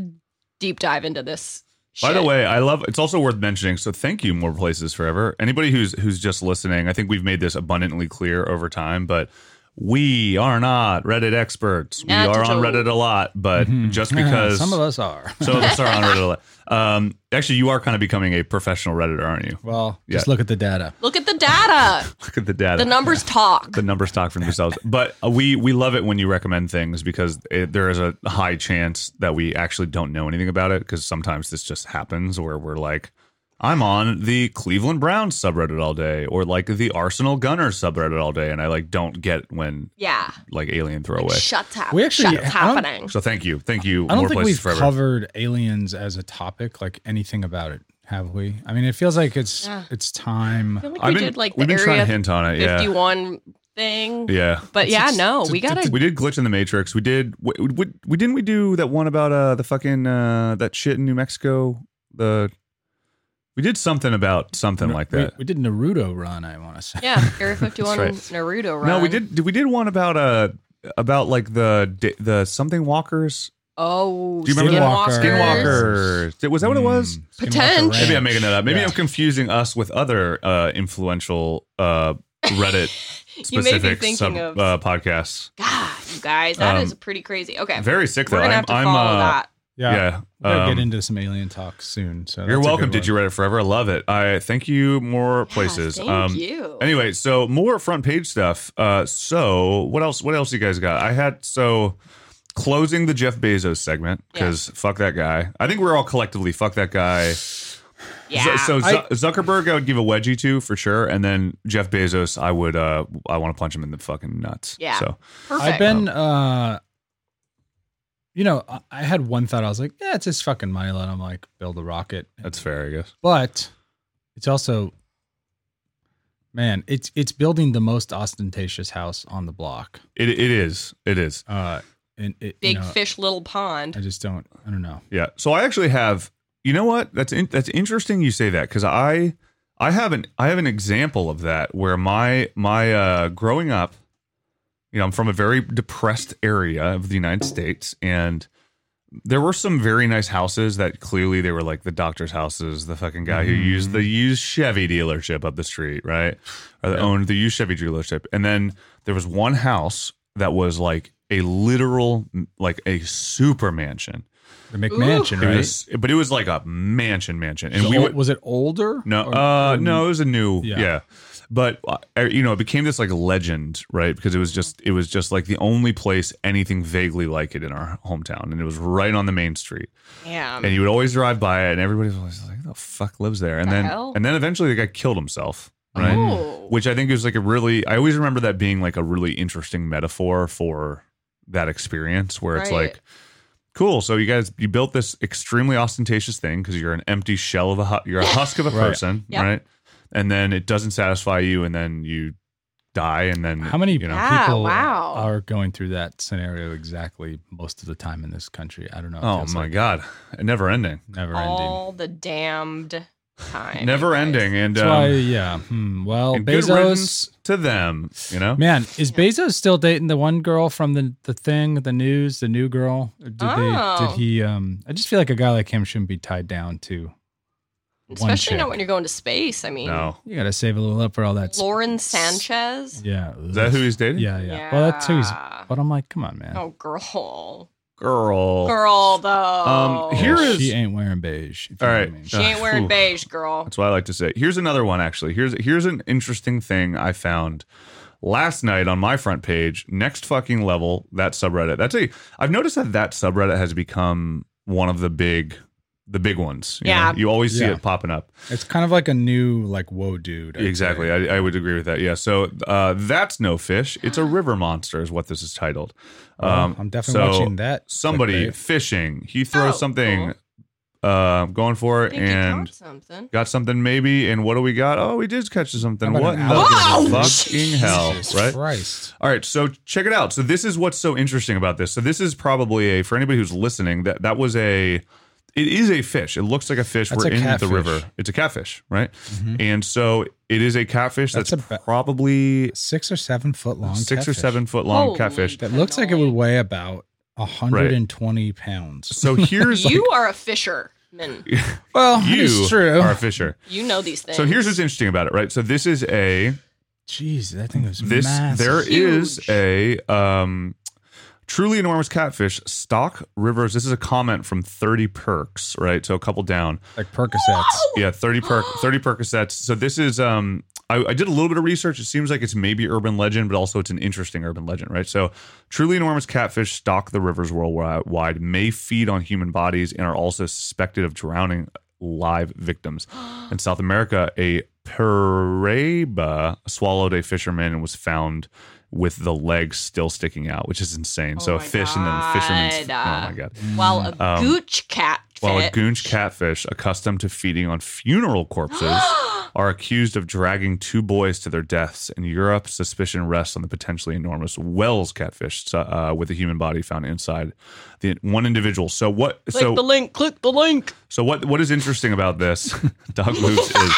deep dive into this. By the shit. way, I love it's also worth mentioning. So thank you, More Places Forever. Anybody who's who's just listening, I think we've made this abundantly clear over time, but we are not Reddit experts. Not we are at on all. Reddit a lot, but just because Mm-hmm. some of us are. some of us are on Reddit a lot. Um, actually, you are kind of becoming a professional Redditor, aren't you? Well, just Yeah. look at the data. look at the data. Look at the data. the numbers talk. the numbers talk for themselves. But uh, we we love it when you recommend things because it, there is a high chance that we actually don't know anything about it because sometimes this just happens where we're like, I'm on the Cleveland Browns subreddit all day, or like the Arsenal Gunners subreddit all day, and I like don't get when Yeah. like alien throwaway. Shut up. We actually- Shut I up. don't- happening. so thank you, thank you. I don't More think places we've forever. covered aliens as a topic, like anything about it, have we? I mean, it feels like it's Yeah. it's time. I feel like we I've been, did like we've the been trying to area hint on it. Yeah, 51 thing. yeah. But yeah, no, Oh, we got We to. did glitch in the matrix. We did. We, we, we didn't we do that one about uh the fucking uh that shit in New Mexico. The we did something about something like We- that. We, did Naruto run. I want to say. Yeah, Area 51 right. Naruto run. No, we did. We did one about uh about like the da- the something walkers. Oh, Do you remember Skinwalkers. Skinwalker. Skinwalkers. Was that what it was? Mm, Skinwalker Potential. Ranch. Maybe I'm making that up. Maybe Yeah. I'm confusing us with other uh, influential uh, Reddit You may be specific thinking sub, of. uh, podcasts. God, you guys, that Um, is pretty crazy. Okay. Very sick though. We're going to have to I'm, follow I'm, uh, that. Yeah. We're gonna um, get into some alien talk soon. So You're that's a welcome. good Did you one. read it forever? I love it. I thank you. More places. Thank um, you. Anyway, so more front page stuff. Uh, so what else? What else you guys got? I had so closing the Jeff Bezos segment because fuck that guy. I think we're all collectively fuck that guy. yeah. So, so I- Zu- Zuckerberg, I would give a wedgie to for sure, and then Jeff Bezos, I would. Uh, I want to punch him in the fucking nuts. Yeah. So Perfect. I've been, uh, you know, I- I had one thought. I was like, yeah, it's his fucking money. Let him like build a rocket. that's fair, I guess. but it's also man it's it's building the most ostentatious house on the block It it is. It is. uh and it, Big you know, fish, little pond. i just don't i don't know Yeah. So I actually have. You know what? That's in, that's interesting. You say that because I I have an I have an example of that where my my uh, growing up, you know, I'm from a very depressed area of the United States, and there were some very nice houses that clearly they were like the doctor's houses, the fucking guy who used the used Chevy dealership up the street, right? Or that owned the used Chevy dealership, and then there was one house that was like a literal like a super mansion the mcmansion right it was, but it was like a mansion, mansion, and So we ol- would was it older no, Or- uh, or- no, it was a new, yeah. Yeah. But uh, you know, it became this like legend, right? Because it was just, it was just like the only place anything vaguely like it in our hometown, and it was right on the main street. Yeah. And you would always drive by it, and everybody's always like, "Who "The fuck lives there?" And The then, hell? and then eventually, the guy killed himself, right? Oh. Which I think is like a really, I always remember that being like a really interesting metaphor for that experience where it's Right. like, cool, so you guys, you built this extremely ostentatious thing because you're an empty shell of a, hu- you're a husk of a Right. person, Yeah. right? And then it doesn't satisfy you and then you die and then, how many you know, Yeah, Ah, people wow. are going through that scenario exactly most of the time in this country i don't know it oh feels my like God, never ending, never ending All the damned time. never you guys. ending. And, that's why um, yeah hmm, well and good bezos riddance to them, you know? man is bezos still dating the one girl from the the thing the news the new girl Or did they Oh. did he um i just feel like a guy like him shouldn't be tied down to one Especially not chick. when you're going to space. I mean, No. you gotta save a little up for all that s- Lauren Sanchez. yeah Is that who he's dating? yeah, yeah well that's who he's Yeah. but i'm like come on man Oh, girl. Girl. Girl, though. Um, here Yeah, is- she ain't wearing beige if you All know what right. I mean. She ain't wearing Oof. beige, girl. That's what I like to say. Here's another one actually. Here's here's an interesting thing I found last night on my front page. Next fucking level that subreddit. That's a I've noticed that that subreddit has become one of the big the big ones. you Yeah. know? you always see Yeah. it popping up. it's kind of like a new like whoa dude I'd say. Exactly. I, I would agree with that. Yeah. So uh, that's no fish. It's a river monster is what this is titled. Well, Oh, i'm definitely um, so watching that Somebody clickbait. fishing. He throws Oh, something. Uh, going for I it think you and. caught something. Got something maybe, and what do we got? Oh, we did catch something. How about What an in the alligator? Whoa! fucking hell, Jesus right? christ All right, so check it out. So this is what's so interesting about this. So this is probably a for anybody who's listening that that was a it is a fish. It looks like a fish. That's We're a in catfish. Mm-hmm. the river. It's a catfish, right? And so it is a catfish that's, That's a ba- probably six or seven foot long six or catfish. seven foot long Holy catfish. that looks like it would weigh about 120 pounds So here's You are a fisherman. well you it's true are a fisher. You know these things. So here's what's interesting about it, right? So this is a jeez that thing was this massive. there is Huge. a um truly enormous catfish stock rivers this is a comment from 30 perks right so a couple down like percocets yeah 30 perk 30 percocets so this is um I, I did a little bit of research it seems like it's maybe urban legend but also it's an interesting urban legend right so truly enormous catfish stock the rivers worldwide may feed on human bodies and are also suspected of drowning live victims. In South America, a Pareba swallowed a fisherman and was found with the legs still sticking out, which is insane. so a Oh my fish and then fisherman's. God. oh my god. While a Um, gooch cat While a fit- goonch catfish, accustomed to feeding on funeral corpses, are accused of dragging two boys to their deaths. In Europe, suspicion rests on the potentially enormous Wells catfish uh, with a human body found inside the one individual. So what? click so the link, click the link. so what? What is interesting about this, dog moves is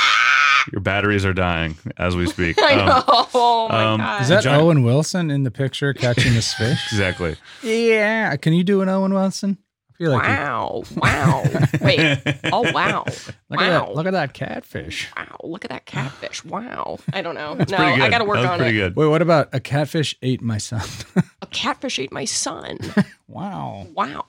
your batteries are dying as we speak. I Um, know. Oh my um, god. Is that Giant- Owen Wilson in the picture catching this fish? exactly. yeah. Can you do an Owen Wilson? I feel like you- Wow. Wow. Wait. Oh wow. look at wow. that. Look at that catfish. wow. Look at that catfish. Wow. I don't know. no, Pretty good. Oh, I gotta work that was on it. pretty good. Wait, what about a catfish ate my son? A catfish ate my son. wow. Wow.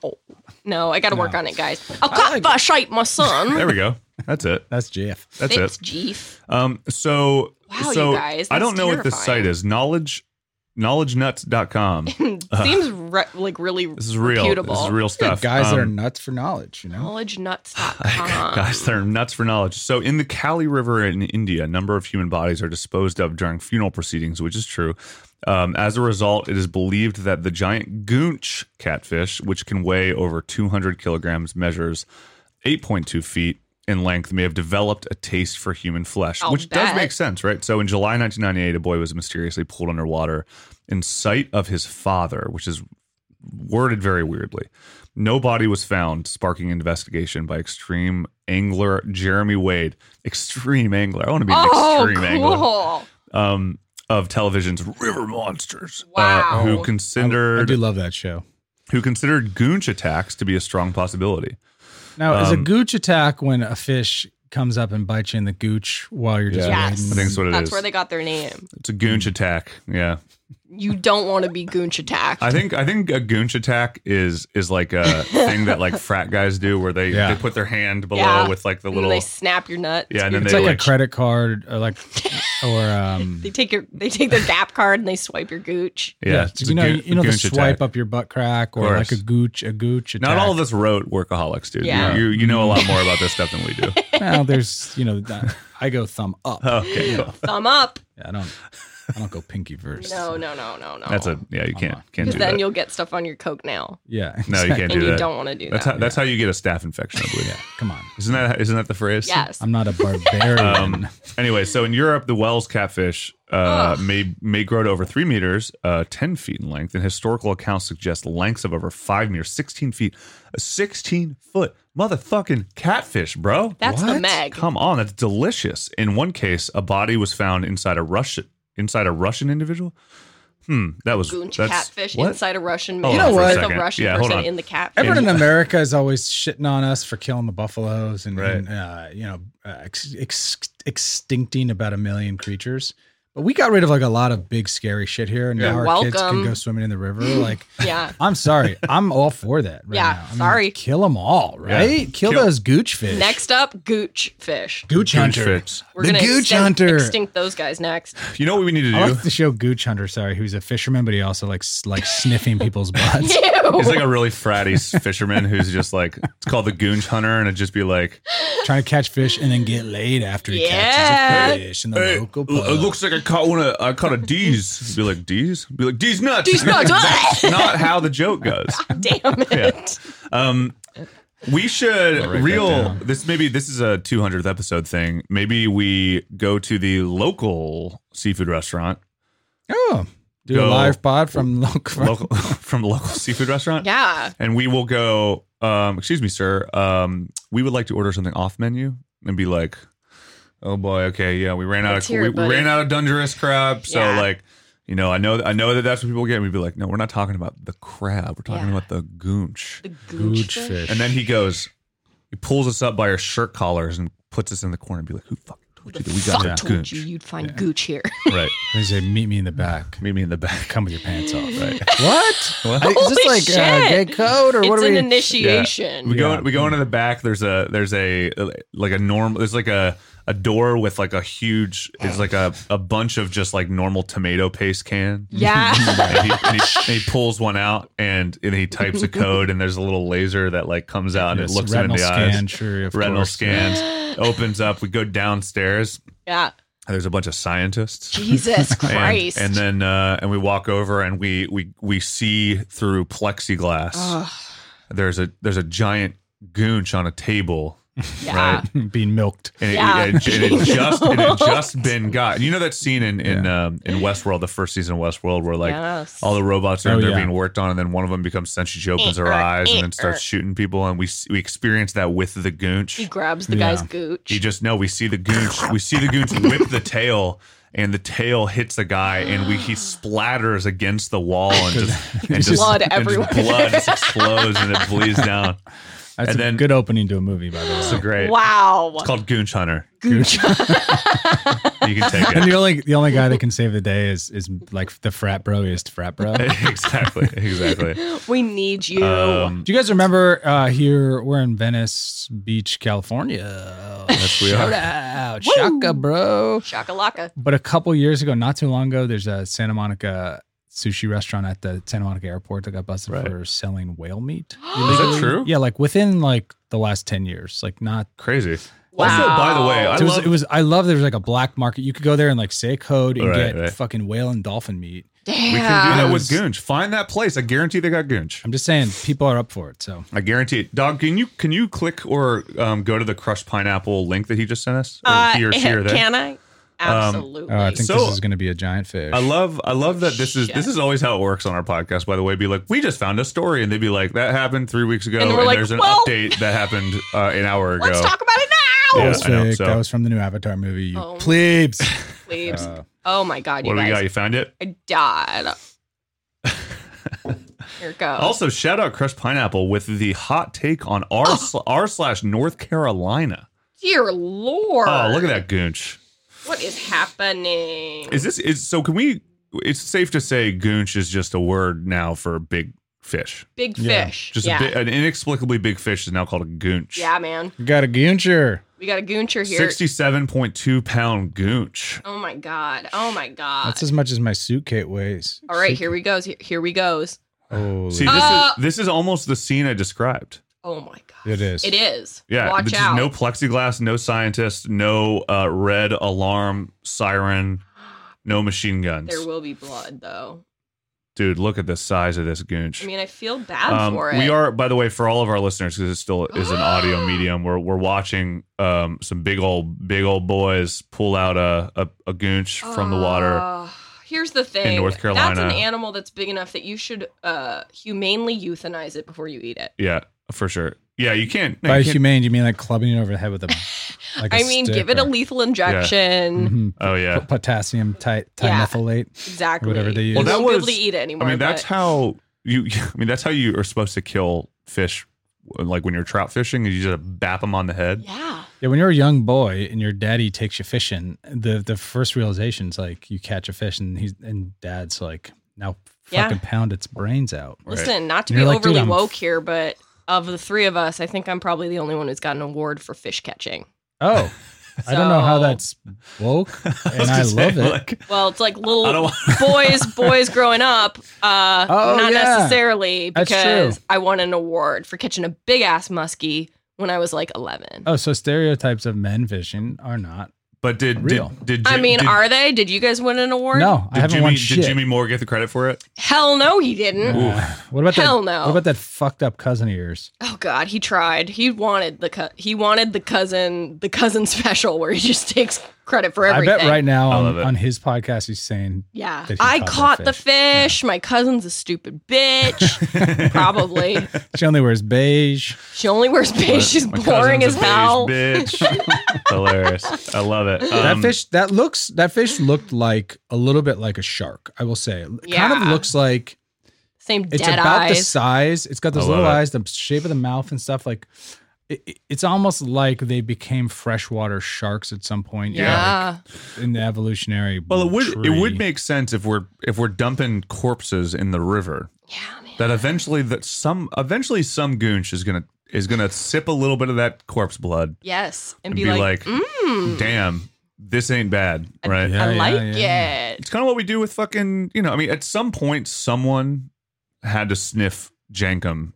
No, I gotta work on it, guys. A catfish ate my son. There we go. That's it. That's Jeff. That's it. Thanks, Jeef. Um, so, Wow, so you guys, I that's don't know what this terrifying. site is. Knowledge, knowledgenuts.com. Seems re- like really This Uh-huh. is real. reputable. This is real stuff. Guys that are Um, nuts for knowledge, you know? knowledgenuts.com. Guys, that are nuts for knowledge. So, in the Kali River in India, a number of human bodies are disposed of during funeral proceedings, which is true. Um, as a result, it is believed that the giant goonch catfish, which can weigh over 200 kilograms, measures 8.2 feet in length, may have developed a taste for human flesh, I'll which does bet. make sense, right? So, in July 1998, a boy was mysteriously pulled underwater in sight of his father, which is worded very weirdly. No body was found, sparking investigation by extreme angler Jeremy Wade. Extreme angler. I want to be an Oh, extreme angler. cool. Um, of television's River Monsters, uh, Wow. who I considered do love that show. who considered goonch attacks to be a strong possibility. Now, is a Um, gooch attack when a fish comes up and bites you in the gooch while you're just Yeah. I Yes. riding? think that's what it is. That's where they got their name. it's a goonch Hmm. attack. Yeah, You don't want to be goonch attacked. I think I think a goonch attack is is like a thing that like frat guys do, where they, Yeah. they put their hand below Yeah. with like the And little they snap your nut. yeah, and then It's they like like a credit card or like or um They take your they take their gap card and they swipe your gooch. yeah, it's you a know, goon- you know the goonch attack. swipe up your butt crack or Course. like a gooch, a gooch attack. Not all of us wrote workaholics, dude. You- Yeah. You, you know a lot more about this stuff than we do. Well, there's you know, that- I go thumb up. Okay, cool. Thumb up. Yeah, I don't, I don't go pinky first. No, no, no, no, no. that's a yeah. You can't can't Oh, because do then that. you'll get stuff on your coke nail, Yeah. No, you can't and do you that. don't want to do That's that. how that's how you get a staph infection. I believe. Yeah. Come on. Isn't that isn't that the phrase? yes. I'm not a barbarian. Um, anyway, so in Europe, the Wells catfish uh, may may grow to over three meters, uh, ten feet in length, and historical accounts suggest lengths of over five meters, sixteen feet, a sixteen foot motherfucking catfish, bro. That's the Meg. Come on, that's delicious. In one case, a body was found inside a Russian inside a Russian individual. Hmm, that was Goonch that's- catfish what? inside a Russian man. Hold You know on for a what? There's a second. Russian Yeah, hold person on. in the catfish. Everyone in America is always shitting on us for killing the buffaloes and, Right. and, uh, you know, uh, ex- ex- extincting about a million creatures. But we got rid of like a lot of big scary shit here, and Yeah. now our kids can Welcome. go swimming in the river. Like, yeah. I'm sorry, I'm all for that. Right Yeah, now. I mean, sorry. kill them all, right? Kill, Kill- those gooch fish. Next up, gooch fish. gooch hunter. Goonch We're The gonna gooch extinct, hunter. extinct those guys next. fish. You know what we need to I do? like the show Gooch Hunter. Sorry, who's a fisherman, but he also likes like sniffing people's butts. Ew. He's like a really fratty s- fisherman who's just like it's called the goonch hunter, and it'd just be like, trying to catch fish and then get laid after he Yeah. catches a fish in the local uh, pub. like I caught one. Of, I caught a D's. Be like D's. Be like D's nuts. D's nuts. That's not how the joke goes. Damn it. Um, we should that real. down. This maybe this is a 200th episode thing. Maybe we go to the local seafood restaurant, oh, do Go. a live pod from local. local from the local seafood restaurant. Yeah. and we will go um excuse me sir um we would like to order something off menu and be like oh boy okay yeah we ran out Let's of hear we, it, we buddy. ran out of dungeness crab so Yeah. like you know i know i know that that's what people get and we'd be like no we're not talking about the crab we're talking Yeah. about the goonch The gooch Gooch fish. fish. and then he goes he pulls us up by our shirt collars and puts us in the corner and be like who fucking told you that we got Fuck that told goonch you you'd find gooch here. right They say, "Meet me in the back. meet me in the back Come with your pants off." right What? what? Is Holy this like uh, shit. gay code or what it's are an we? initiation. We go Yeah. we go into the back. There's a there's a like a normal. There's like a a door with like a huge, it's like a, a bunch of just like normal tomato paste can. Yeah. and, he, and he- and he pulls one out and, and he types a code and there's a little laser that like comes out and Yes, it looks him in retinal the scan, eyes. sure, of retinal course. scans opens up. We go downstairs. yeah. and There's a bunch of scientists. Jesus And- Christ. And, then uh, and we walk over and we we we see through plexiglass. There's a there's a giant goonch on a table, yeah. right? being milked. And it, Ah. Yeah. it, and it just it had just been got. You know that scene in in um, in Westworld, the first season of Westworld, where like Yes. all the robots are Oh, they're yeah. being worked on, and then one of them becomes sentient. She opens her Eh, er, eyes eh, and then starts er. shooting people, and we s- we experience that with the goonch. He grabs the Yeah. guy's gooch. He just no. We see the goonch. We see the goonch whip the tail, and the tail hits the guy, and we he splatters against the wall, and just and just Blood and just everywhere. blood just explodes, and it bleeds down. That's And a then- good opening to a movie, by the way. So great. wow. It's called Goonch Hunter. Gooch. You can take and it. the only the only guy that can save the day is is like the frat broiest frat bro. Do exactly. Exactly. we need you. Um, you guys remember uh, here we're in Venice Beach, California? yes, we are. Out, shaka, bro. Shakalaka. But a couple years ago, not too long ago, there's a Santa Monica sushi restaurant at the Santa Monica airport that got busted Right. for selling whale meat. Is that true? yeah, like within like the last ten years, like not Crazy. Wow. Also, by the way, I it was, love it was. I love. There was like a black market. You could go there and like say a code and Right, get right. fucking whale and dolphin meat. Damn. We can do that with Yeah. Goonch. Find that place. I guarantee they got Goonch. I'm just saying, people are up for it. So I guarantee it. Dog, can you can you click or um, go to the crushed pineapple link that he just sent us? Or he or she or they? Uh, Can I? Absolutely. Oh, I think So- this is going to be a giant fish. I love I love that this is this is always how it works on our podcast. By the way, be like, we just found a story, and they'd be like, that happened three weeks ago, And and, we're like, there's an well- update that happened uh, an hour ago. Let's talk about it now. that Yeah, was I know, fake. so- That was from the new Avatar movie. You Oh. plebes. Plebes. oh my God, you what do we guys. got? You found it. I died. Here it goes. Also, shout out Crushed Pineapple with the hot take on r sl- r slash North Carolina. Dear Lord. Oh, look at that goonch. What is happening? Is this is so? Can we? It's safe to say goonch is just a word now for big fish. big Yeah, fish. Just yeah. a bit, an inexplicably big fish is now called a goonch. yeah, man. You got a gooncher. We got a gooncher here. Sixty-seven point two pound goonch. Oh my God. Oh my God. That's as much as my suitcase weighs. All right, here we goes. Here, here we goes. Holy See, this Uh, is this is almost the scene I described. Oh my God. it is. It is. Yeah, Watch there's out. no plexiglass, no scientist, no uh, red alarm siren, no machine guns. There will be blood, though. Dude, look at the size of this goonch. I mean, I feel bad Um, for it. We are, by the way, for all of our listeners, because it still is an audio medium. We're we're watching um, some big old big old boys pull out a a, a goonch from the water. Uh, here's the thing. North That's Carolina. an animal that's big enough that you should uh, humanely euthanize it before you eat it. Yeah, for sure. Yeah, you can't. no, By you can't- humane, you mean like clubbing it over the head with a. Like a I mean, stick give it a or- lethal injection. Mhm. oh yeah. P- potassium ti- Yeah. dimethylate. Exactly. Whatever they use. Well, that won't be able was- to eat it anymore. I mean, that's but- how you. I mean, that's how you are supposed to kill fish. Like when you're trout fishing, you just bap them on the head. Yeah. Yeah, when you're a young boy and your daddy takes you fishing, the the first realization is like you catch a fish and he's and dad's like, now Yeah. fucking pound its brains out. Listen, not to And be you're like, dude, overly I'm- woke here, but of the three of us, I think I'm probably the only one who's got an award for fish catching. Oh, I don't know how So- that's woke, and I, was gonna love say, it. like, Well, it's like I don't little want- boys, boys growing up. Uh, Oh, not yeah. necessarily That's true. because I won an award for catching a big ass muskie when I was like 11. oh, so stereotypes of men fishing are not. but did Real. did did I Ju- mean, did, are they? Did you guys win an award? No, I did haven't Jimmy won did shit. Jimmy Moore get the credit for it? Hell no, he didn't. Uh, what about Hell that? no. What about that fucked up cousin of yours? Oh God, he tried. He wanted the co- he wanted the cousin the cousin special where he just takes credit for everything. I bet right now I on, love it. on his podcast he's saying Yeah. that he I caught caught that the fish. My cousin's a stupid bitch. Probably. she only wears beige. She only wears beige. She's My boring as cousin's a beige hell. Bitch. Hilarious. I love it. that Um, fish that looks that fish looked like a little bit like a shark. I will say, it kind of Yeah. looks like Same it's dead about the eyes. size. It's got those I love little it. eyes, the shape of the mouth and stuff. Like it, it- it's almost like they became freshwater sharks at some point. you know, yeah. like, in the evolutionary. Well, it would tree. it would make sense if we're if we're dumping corpses in the river Yeah, man. that eventually that some eventually some goonch is gonna is going to sip a little bit of that corpse blood Yes. And, and be, be like, like, mm, damn, this ain't bad, right? Yeah, I yeah, like yeah. it. It's kind of what we do with fucking, you know, I mean, at some point, someone had to sniff Jankum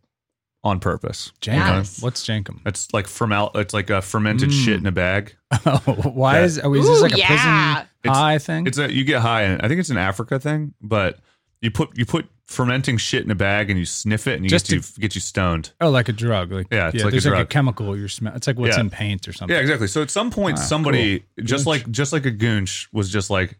on purpose. Jankum. Yes. What's Jankum? It's like fermal, it's like a fermented Mm. shit in a bag. Oh, why That- is? Oh, is this Ooh, like a yeah. prison high thing? It's a you get high, and I think it's an Africa thing, but you put you put fermenting shit in a bag and you sniff it, and you Just get you get you stoned. oh, like a drug. Like Yeah, it's like a there's like a drug. chemical you're smell. It's like what's Yeah. in paint or something. Yeah, exactly. So at some point, Ah, somebody cool. just Goonch. like just like a goonch was just like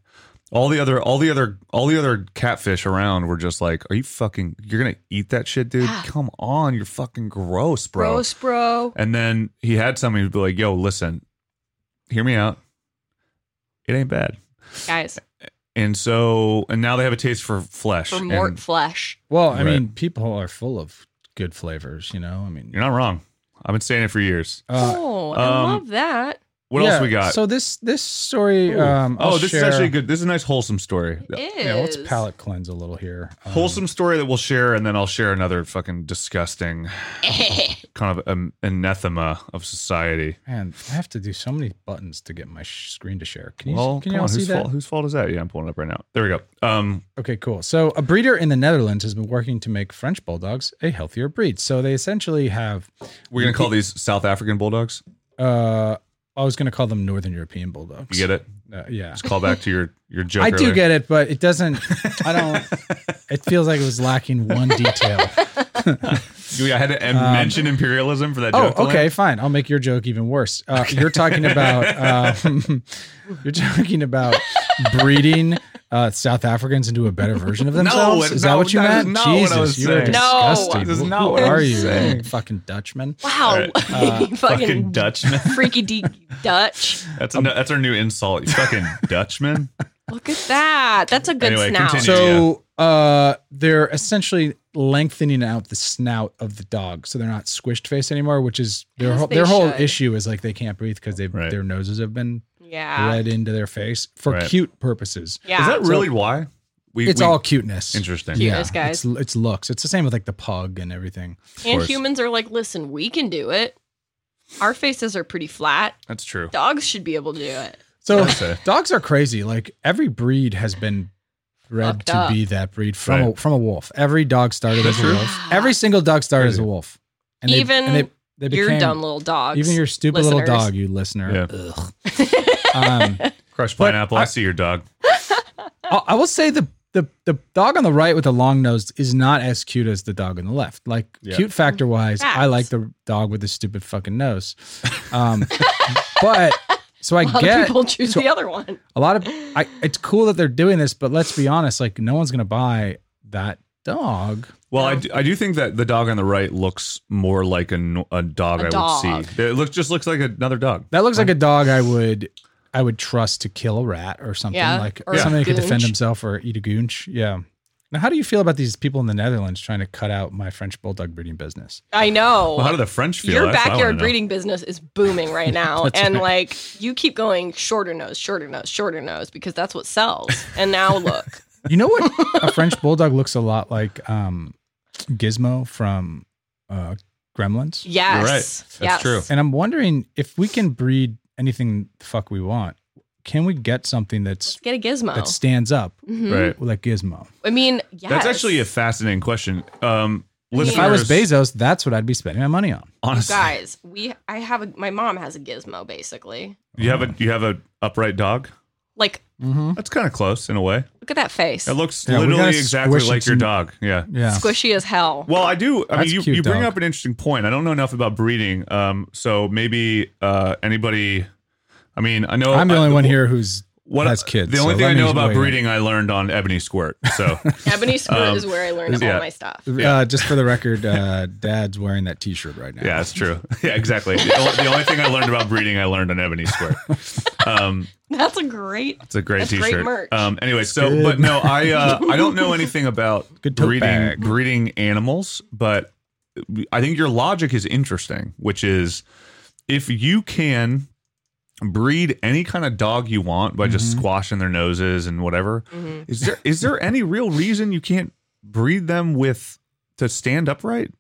all the other all the other all the other catfish around were just like, "Are you fucking? You're gonna eat that shit, dude? Come on, you're fucking gross, bro." Gross, bro. And then he had somebody who'd be like, "Yo, listen, hear me out. It ain't bad." Guys, And so, and now they have a taste for flesh. for and mort flesh. Well, I Right. mean, people are full of good flavors. You know, I mean, You're not wrong. I've been saying it for years. uh, oh, I um, love that. What yeah, else we got? So this this story. Ooh. Um, oh, I'll this is share- actually good. This is a nice wholesome story. It is. Yeah, let's palate cleanse a little here. Um, Wholesome story that we'll share, and then I'll share another fucking disgusting kind of um, anathema of society. Man, I have to do so many buttons to get my sh- screen to share. Can you Well, can come y'all on, see whose that? fault? Whose fault is that? Yeah, I'm pulling it up right now. There we go. Um, Okay, cool. So, a breeder in the Netherlands has been working to make French bulldogs a healthier breed. So, they essentially have we're gonna call these South African bulldogs. uh I was going to call them Northern European bulldogs. You get it? Uh, yeah. Just call back to your your joke. I do earlier. get it, but it doesn't I don't it feels like it was lacking one detail. I had to um, mention imperialism for that. Oh, joke to land. okay, fine. I'll make your joke even worse. Uh, You're talking about um, you're talking about breeding uh, South Africans into a better version of themselves. it- is no, that what you that is meant? not Jesus, what I was you are saying. No. disgusting. That is not Who what I are was you, saying. fucking Dutchman? Wow. All right. fucking, Uh, Fucking Dutchman. Freaky D Dutch. That's a, that's our new insult. You fucking Dutchman. Look at that. That's a good Anyway, snout. continue. So uh, they're essentially lengthening out the snout of the dog, so they're not squished face anymore. Which is their As whole, they their whole should. issue is like they can't breathe because they Right. their noses have been Yeah. bled into their face for Right. cute purposes. Yeah. Is that really why? We, It's we- all cuteness. interesting. Cute. Cuteness, guys. It's, it's looks. It's the same with like the pug and everything. and course. humans are like, listen, we can do it. Our faces are pretty flat. That's true. Dogs should be able to do it. So say. dogs are crazy. Like every breed has been bred Fucked to up. be that breed from a, Right. from a wolf. Every dog started as a True. wolf. Every single dog started as a Crazy. wolf. Even they You're dumb little dogs. Even your stupid little listeners. dog, you listener. Yeah. Ugh. um, Crushed But pineapple. I, I- see your dog. I, I will say the, the the dog on the right with the long nose is not as cute as the dog on the left. Like Yeah. cute factor wise, I Facts. like the dog with the stupid fucking nose. Um, but so I A lot of get people choose so- the other one. a lot of I, it's cool that they're doing this, but let's be honest, like no one's gonna buy that dog. Well, I do, I do think that the dog on the right looks more like a, n- a dog A I dog. would see. It looks just looks like another dog. That looks like a dog I would I would trust to kill a rat or something Yeah, like or a something that could defend goonch. himself or eat a goonch. Yeah. Now, how do you feel about these people in the Netherlands trying to cut out my French bulldog breeding business? I know. Well, how do the French feel? your That's what I wanna backyard know. breeding business is booming right now. and like you keep going shorter nose, shorter nose, shorter nose because that's what sells. And now look. You know what? a French bulldog looks a lot like um, Gizmo from uh, Gremlins, Yes. You're right. That's yes. true. and I'm wondering if we can breed anything the fuck we want. Can we get something that's Get a gizmo. that stands up Mhm. Right. like Gizmo? I mean, yes. That's actually a fascinating question. Um, listeners, If I was Bezos, that's what I'd be spending my money on. honestly, guys. We I have a my mom has a gizmo basically. you have a you have a upright dog. Like Hmm? That's kind of close in a way. look at that face. It looks Yeah, we literally gotta exactly squish like your some- dog. Yeah. Yeah, Squishy as hell. Well, I do. I That's mean, you, cute you bring dog. up an interesting point. I don't know enough about breeding. Um, so maybe uh, anybody. I mean, I know I'm the I- only one here who's What has kids. The so only let thing I me know about weigh in. breeding, I learned on Ebony Squirt. So Ebony skirt Um, is where I learned yeah. all my stuff. Uh, just for the record, uh, Dad's wearing that T-shirt right now. yeah, that's true. Yeah, exactly. The, only- the only thing I learned about breeding, I learned on Ebony Squirt. Um, That's a great It's a great That's great T-shirt. merch. Um, anyway, so good. but no, I uh, I don't know anything about Good tote breeding bag. breeding animals, but I think your logic is interesting, which is if you can breed any kind of dog you want by Mm-hmm. just squashing their noses and whatever, Mm-hmm. is there is there any real reason you can't breed them with to stand upright?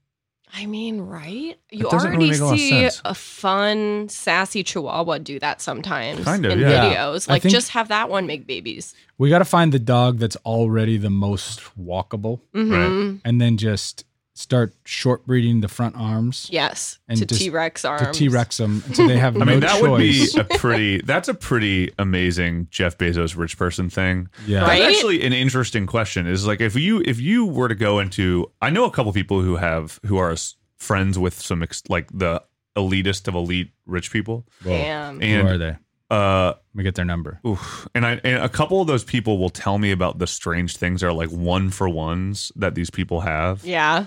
I mean, right? You doesn't really already make a lot of see sense. a fun, sassy chihuahua do that sometimes Kind of, in yeah. videos. I Like, think- just have that one make babies. We got to find the dog that's already the most walkable, Mhm. and then just start short breeding the front arms Yes, And to just- T Rex arms. to T Rex them, so they have I mean, no that would be choice. a pretty. That's a pretty amazing Jeff Bezos rich person thing. yeah, Right? That's actually an interesting question. Is like if you if you were to go into, I know a couple people who have who are s- friends with some ex, like the elitist of elite rich people, Damn. who are and they? uh, Let me get their number. oof. and I and a couple of those people will tell me about the strange things that are like one for ones that these people have. Yeah.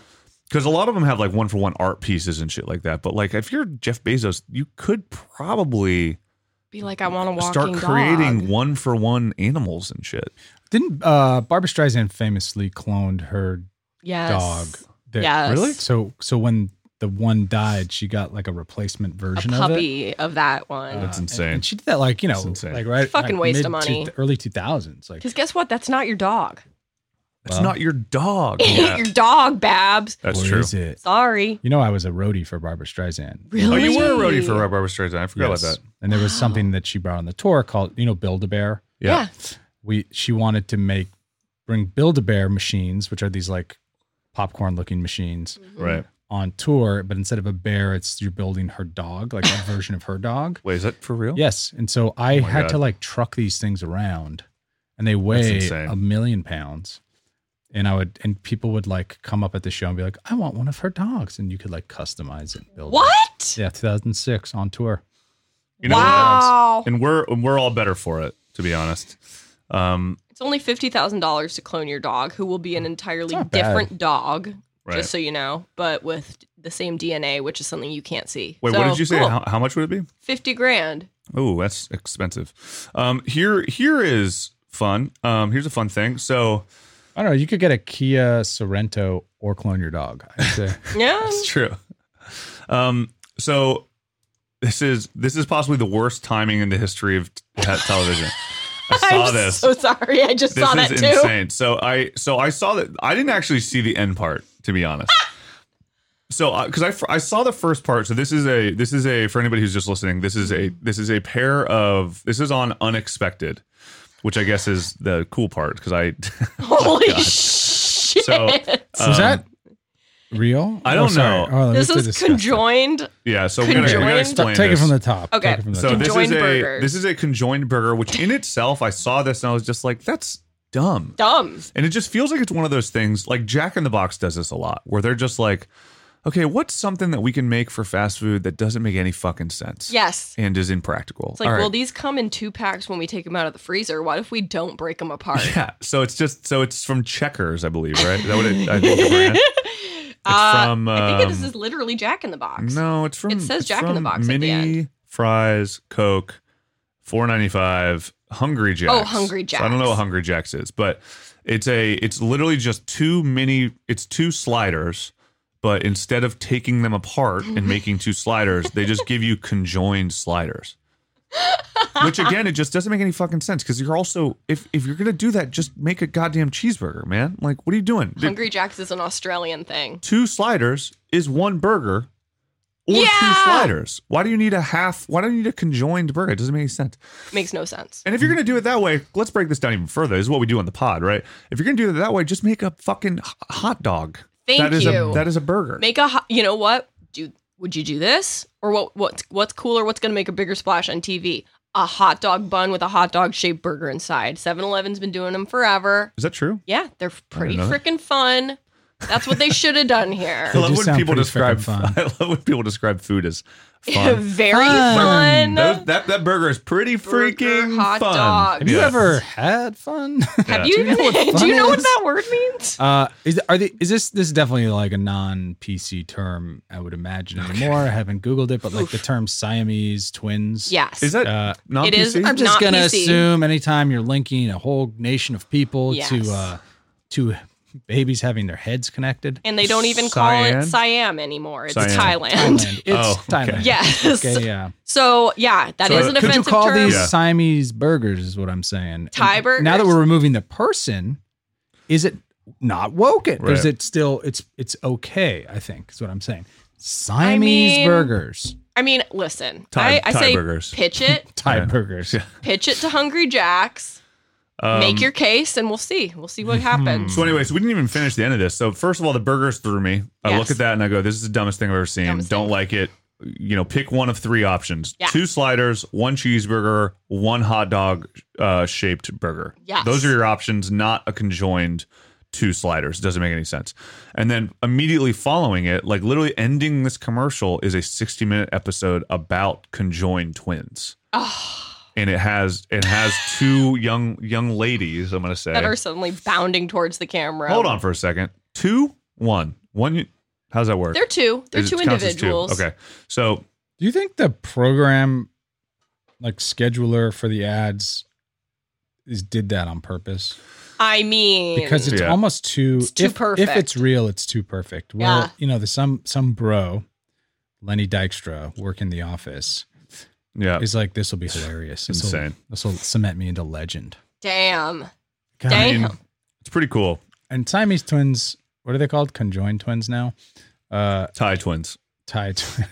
because a lot of them have like one for one art pieces and shit like that. But like if you're Jeff Bezos, you could probably Be like, I want to walking start creating dog. one for one animals and shit. Didn't uh, Barbara Streisand famously cloned her Yes. dog? that- Yes. Really? So so when the one died, she got like a replacement A version of it. puppy of that one. That's Uh, and- insane. And, she did that like you know, That's insane. like right, Fucking like, waste mid of to- money. the early two thousands. Like Because guess what? That's not your dog. It's Well. not your dog. your dog, Babs. That's where true. is it? Sorry. You know, I was a roadie for Barbara Streisand. Really? Oh, you were a roadie for Barbara Streisand. I forgot Yes. about that. And there was something that she brought on the tour called, you know, Build a Bear. Yeah. We she wanted to make bring Build a Bear machines, which are these like popcorn looking machines Mm. Right. on tour, but instead of a bear, it's you're building her dog, like a version of her dog. Wait, is that for real? Yes. And so I Oh my had God. to like truck these things around and they weigh insane. a million pounds. And I would, and people would like come up at the show and be like, I want one of her dogs. And you could like customize it. and Build it. What? Yeah, 2006 on tour. You know, Wow. And we're and we're all better for it, to be honest. Um, It's only fifty thousand dollars to clone your dog, who will be an entirely not bad. different dog, Right. just so you know, but with the same DNA, which is something you can't see. wait, So, what did you say? cool. How, how much would it be? Fifty grand. Oh, that's expensive. Um, here here is fun. Um, here's a fun thing. So I don't know. You could get a Kia Sorento or clone your dog. I'd say. Yeah. It's true. Um, so this is this is possibly the worst timing in the history of t- television. I saw I'm this. so sorry. I just this saw that is too. insane. So I so I saw that I didn't actually see the end part to be honest. so because I, fir- I saw the first part. So this is a this is a for anybody who's just listening. This is Mm-hmm. a this is a pair of this is on unexpected, which I guess is the cool part because I Holy shit. Oh, so Was um, that real? I don't Oh, sorry. know. Oh, this let's is discuss that. conjoined. yeah. So we're gonna, we're gonna Conjoined? Stop- explain. Take it this. from the top. Okay. Take it from the So top. this is Conjoined a burger. this is a conjoined burger, which in itself I saw this and I was just like, that's dumb. Dumb. And it just feels like it's one of those things like Jack in the Box does this a lot, where they're just like, okay, what's something that we can make for fast food that doesn't make any fucking sense? Yes. And is impractical. It's like, All right. well, these come in two packs when we take them out of the freezer. What if we don't break them apart? yeah. So it's just so it's from Checkers, I believe, right? Is that what it, I think the brand? It's Uh, from I think this um, is literally Jack in the Box. No, it's from It says it's Jack in the from Box at the Mini end. fries, Coke, four ninety five, Hungry Jacks. Oh, Hungry So I don't know what Jacks. Hungry Jacks is, but it's a it's literally just two mini. It's two sliders, but instead of taking them apart and making two sliders, they just give you conjoined sliders. Which again, it just doesn't make any fucking sense because you're also if if you're gonna do that, just make a goddamn cheeseburger, man. Like, what are you doing? Hungry Jack's is an Australian thing. two sliders is one burger or two Yeah. sliders. Why do you need a half? Why do you need a conjoined burger? It doesn't make any sense. Makes no sense. And if you're going to do it that way, let's break this down even further. This is what we do on the pod, right? If you're going to do it that way, just make a fucking h- hot dog. Thank That is you. A, that is a burger. make a ho- you know what do would you do this or what what's what's cooler what's going to make a bigger splash on tv a hot dog bun with a hot dog shaped burger inside 7-eleven's been doing them forever is that true? yeah they're pretty know that. freaking fun that's what they should have done here I They love do when sound people pretty describe. freaking fun. I love when people describe food as fun. very fun, Those- that that burger is pretty Burger, freaking hot fun. dog. Have you Yeah. ever had fun? have you Do you even know what do fun you know what is? that word means Uh, is are they, is this this is definitely like a non PC term? I would imagine anymore. I haven't googled it, but like the term Siamese twins. yes Is that Uh, not it is- PC? I'm just Not gonna PC. assume anytime you're linking a whole nation of people Yes. to uh, to babies having their heads connected, and they don't even call it Cyan? Siam anymore. It's Cyan. Thailand. Thailand. it's Oh, okay. Thailand. Yes. Okay, yeah. So yeah, that So is it- an could you offensive Could you call term. these Yeah. Siamese burgers? Is what I'm saying. Thai And Now that burgers? we're removing the person, is it not woke it because Right. it's still it's it's okay. I think is what I'm saying. I Siamese mean- burgers, I mean, listen, Thai- I, I Thai say burgers. pitch it, Thai Yeah. burgers. pitch it to Hungry Jacks, Um, make your case, and we'll see. We'll see what happens. So anyway, so we didn't even finish the end of this. So first of all, the burgers threw me. I Yes. look at that and I go, "This is the dumbest thing I've ever seen. Dumbest Don't thing. like it." You know, pick one of three options: Yeah. two sliders, one cheeseburger, one hot dog uh, shaped burger. Yes. those are your options. Not a conjoined two sliders. It doesn't make any sense. And then immediately following it, like literally ending this commercial, is a sixty-minute episode about conjoined twins. And it has it has two young young ladies. I'm gonna say That are suddenly bounding towards the camera. Hold on for a second. Two, one, one. How's that work? They're two. They're Is it- two counts as two. individuals. Okay, so Do you think the program, like scheduler for the ads, is did that on purpose? I mean, Because it's Yeah. almost too. It's too if, If it's perfect. real, it's too perfect. Well, Yeah. you know, the some some bro, Lenny Dykstra, work in the office yeah, is like this will be hilarious. This will, Insane. this will cement me into legend. damn. God. I mean, Damn. it's pretty cool. And Siamese twins, what are they called? Conjoined twins now. Uh, Thai twins. Thai twins.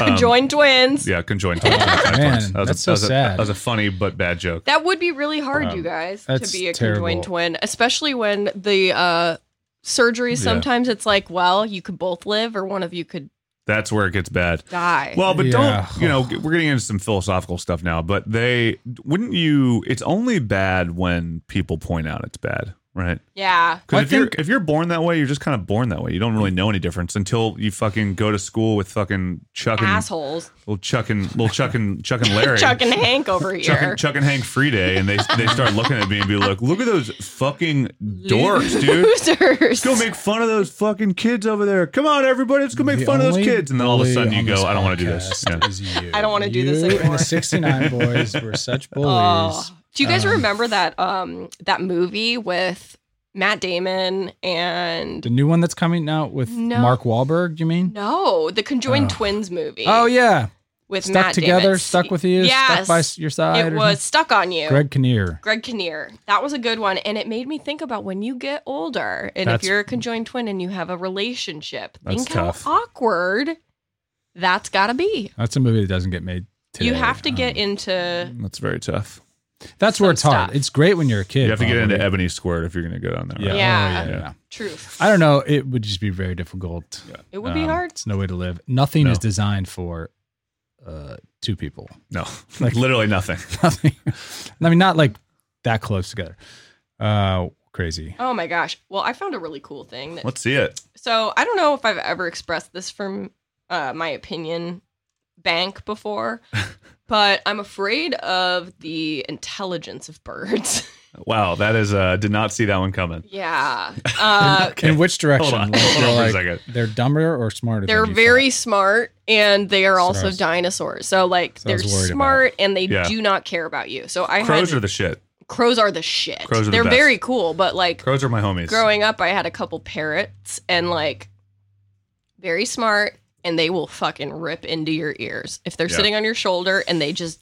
um, Conjoined twins. Yeah, conjoined twins. and Thai man, twins. That was that's so that was sad. that was a funny but bad joke. That would be really hard, Um, you guys, to that's be a terrible. conjoined twin, especially when the uh, surgery Yeah. sometimes it's like, well, you could both live or one of you could That's where it gets bad. die. Well, but Yeah. don't you know? We're getting into some philosophical stuff now, but they wouldn't you? It's only bad when people point out it's bad, right? yeah. Well, Because I if you're think- if you're born that way, you're just kind of born that way. You don't really know any difference until you fucking go to school with fucking Chuck and Assholes. little Chuck and little Chuck and Chuck and Larry, Chuck and Hank over Chuck here. and, Chuck and Hank Free Day, and they they start looking at me and be like, "Look at those fucking dorks, dude." Losers. Let's go make fun of those fucking kids over there. Come on, everybody. Let's go make fun of those kids. And then all of a sudden you go, I don't want to do this. Yeah. I don't wanna do this And anymore. the 69 boys were such bullies. Oh. Do you guys Um, remember that um that movie with Matt Damon and The new one that's coming out with No. Mark Wahlberg, you mean? no, the Conjoined Oh. Twins movie. Oh, yeah. with stuck Matt together, Damon. stuck with you, Yes, stuck by s- your side. It or was stuck on you. something? Greg Kinnear. Greg Kinnear. That was a good one. And it made me think about when you get older and That's- if you're a conjoined twin and you have a relationship, That's think tough. how awkward that's got to be. That's a movie that doesn't get made today. you have to get Um, into. That's very tough. That's where some it's hard. stuff. It's great when you're a kid. You have to get probably. into Ebony Squirt if you're going to go down there. Yeah. right? Yeah. Oh, yeah, Yeah. no. Truth. I don't know. It would just be very difficult. It would be Um, hard. It's no way to live. Nothing No. is designed for uh, two people. No, like literally nothing. Nothing. I mean, not like that close together. Uh, crazy. Oh my gosh. Well, I found a really cool thing. That, Let's see it. so I don't know if I've ever expressed this from uh, my opinion bank before, but I'm afraid of the intelligence of birds. Wow. That is, uh, did not see that one coming. yeah. Uh, In which direction? Hold on. Like, Hold on they're for a like- second. They're dumber or smarter? They're than you very smart and they are also Gross. dinosaurs. So like So I was they're worried smart and they Yeah. do not care about you. So I Crows had are the shit. crows are the shit. Crows are the they're best. very cool, but like Crows are my homies. growing up I had a couple parrots and like very smart and they will fucking rip into your ears if they're Yeah. sitting on your shoulder and they just